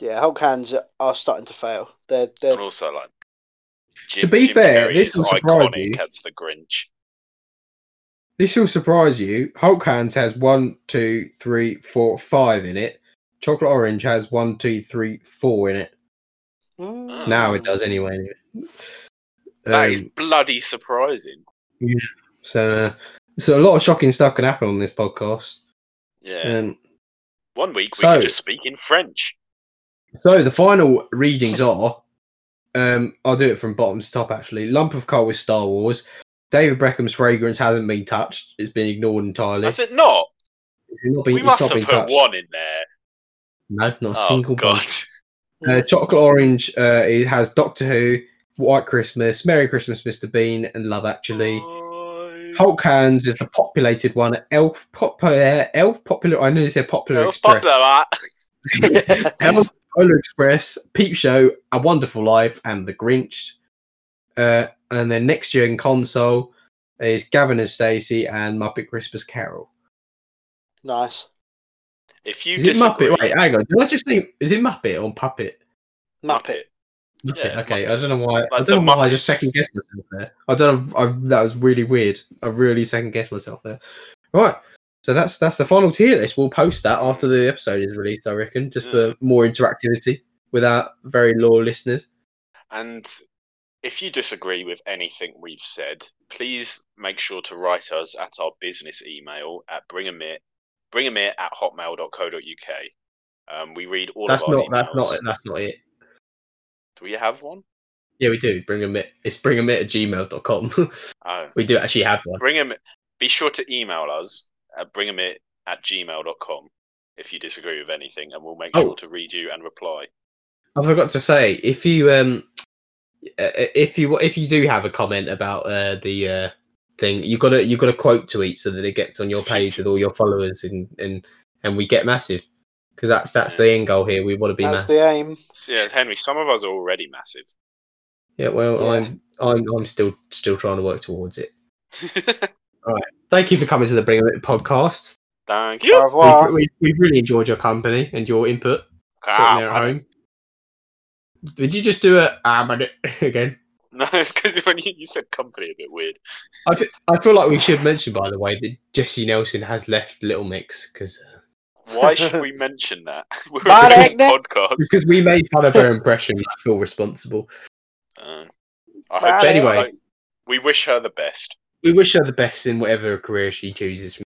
[SPEAKER 2] Yeah, Hulk hands are starting to fail. They're they're
[SPEAKER 3] and also like.
[SPEAKER 1] To be fair, this
[SPEAKER 3] is
[SPEAKER 1] will surprise
[SPEAKER 3] iconic
[SPEAKER 1] you.
[SPEAKER 3] as the Grinch.
[SPEAKER 1] This will surprise you. Hulk Hands has one, two, three, four, five in it. Chocolate Orange has one, two, three, four in it.
[SPEAKER 2] Mm.
[SPEAKER 1] Now it does (laughs) anyway.
[SPEAKER 3] That is
[SPEAKER 1] Um,
[SPEAKER 3] bloody surprising.
[SPEAKER 1] so, uh, so a lot of shocking stuff can happen on this podcast.
[SPEAKER 3] Yeah.
[SPEAKER 1] Um,
[SPEAKER 3] One week we
[SPEAKER 1] So-
[SPEAKER 3] can just speak in French.
[SPEAKER 1] so the final readings are. Um, I'll do it from bottom to top. Actually, lump of coal with Star Wars. David Beckham's fragrance hasn't been touched. It's been ignored entirely.
[SPEAKER 3] That's it. Not.
[SPEAKER 1] It's not been,
[SPEAKER 3] We
[SPEAKER 1] it's
[SPEAKER 3] must
[SPEAKER 1] not
[SPEAKER 3] have
[SPEAKER 1] been
[SPEAKER 3] put
[SPEAKER 1] touched.
[SPEAKER 3] one in there.
[SPEAKER 1] No, not a
[SPEAKER 3] oh
[SPEAKER 1] single
[SPEAKER 3] God.
[SPEAKER 1] one. Uh, chocolate orange. Uh, it has Doctor Who, White Christmas, Merry Christmas, Mr. Bean, and Love Actually. Hulk hands is the populated one. Elf popular. Elf popular. I knew they said popular
[SPEAKER 3] Well, fuck
[SPEAKER 1] express.
[SPEAKER 3] that, man.
[SPEAKER 1] Elf popular express. Peep show. A Wonderful Life, and The Grinch. Uh, and then next year in console is Gavin and Stacey and Muppet Christmas Carol.
[SPEAKER 2] (laughs) nice.
[SPEAKER 3] If you
[SPEAKER 1] is it
[SPEAKER 3] disagree,
[SPEAKER 1] Muppet? Wait, uh, hang on. Did I just think? Is it Muppet or Puppet?
[SPEAKER 2] Muppet.
[SPEAKER 1] Muppet,
[SPEAKER 3] Yeah,
[SPEAKER 1] okay, I don't know why. I
[SPEAKER 3] the
[SPEAKER 1] don't know why I just
[SPEAKER 3] Muppets.
[SPEAKER 1] second guessed myself there. I don't. Know, I, that was really weird. I really second guessed myself there. Right. So that's that's the final tier list. We'll post that after the episode is released, I reckon, just
[SPEAKER 3] Yeah.
[SPEAKER 1] for more interactivity with our very loyal listeners.
[SPEAKER 3] and if you disagree with anything we've said, please make sure to write us at our business email at bringamit bringamit at hotmail.co.uk. Um, we read all
[SPEAKER 1] that's
[SPEAKER 3] of our
[SPEAKER 1] not. That's
[SPEAKER 3] emails.
[SPEAKER 1] not. That's not it.
[SPEAKER 3] Do we have one?
[SPEAKER 1] Yeah, we do. Bring a mit. It's bring a mit at gmail.com.
[SPEAKER 3] Oh,
[SPEAKER 1] (laughs) we do actually have one.
[SPEAKER 3] bring 'em- Be sure to email us at bringamit at gmail.com if you disagree with anything, and we'll make
[SPEAKER 1] Oh.
[SPEAKER 3] sure to read you and reply.
[SPEAKER 1] I forgot to say if you um uh, if you if you do have a comment about uh, the uh, thing, you gotta you gotta quote tweet so that it gets on your page with all your followers and and and we get massive because that's that's the end goal here. We want to be
[SPEAKER 2] That's
[SPEAKER 1] massive.
[SPEAKER 2] the aim.
[SPEAKER 3] So, yeah, Henry, some of us are already massive. (laughs)
[SPEAKER 1] Yeah, well,
[SPEAKER 2] Yeah.
[SPEAKER 1] I'm I'm I'm still still trying to work towards it. Thank you for coming to the Bring It podcast.
[SPEAKER 3] Thank
[SPEAKER 2] Au
[SPEAKER 3] you.
[SPEAKER 1] We've,
[SPEAKER 2] revoir.
[SPEAKER 1] we- we've really enjoyed your company and your input sitting there at
[SPEAKER 3] Ah,
[SPEAKER 1] home. Did you just do a ah, but it- (laughs) again?
[SPEAKER 3] (laughs) No, it's because when you, you said company a bit weird.
[SPEAKER 1] I fe- I feel like we should mention, by the way, that Jesse Nelson has left Little Mix uh, because
[SPEAKER 3] Why should we mention that? (laughs) We're
[SPEAKER 2] Bad
[SPEAKER 3] a
[SPEAKER 2] egg, Nick.
[SPEAKER 3] podcast.
[SPEAKER 1] because we made fun of her impression. I feel responsible.
[SPEAKER 3] Uh, I
[SPEAKER 2] Bad
[SPEAKER 3] hope
[SPEAKER 1] egg.
[SPEAKER 3] I- we wish her the best.
[SPEAKER 1] We wish her the best in whatever career she chooses from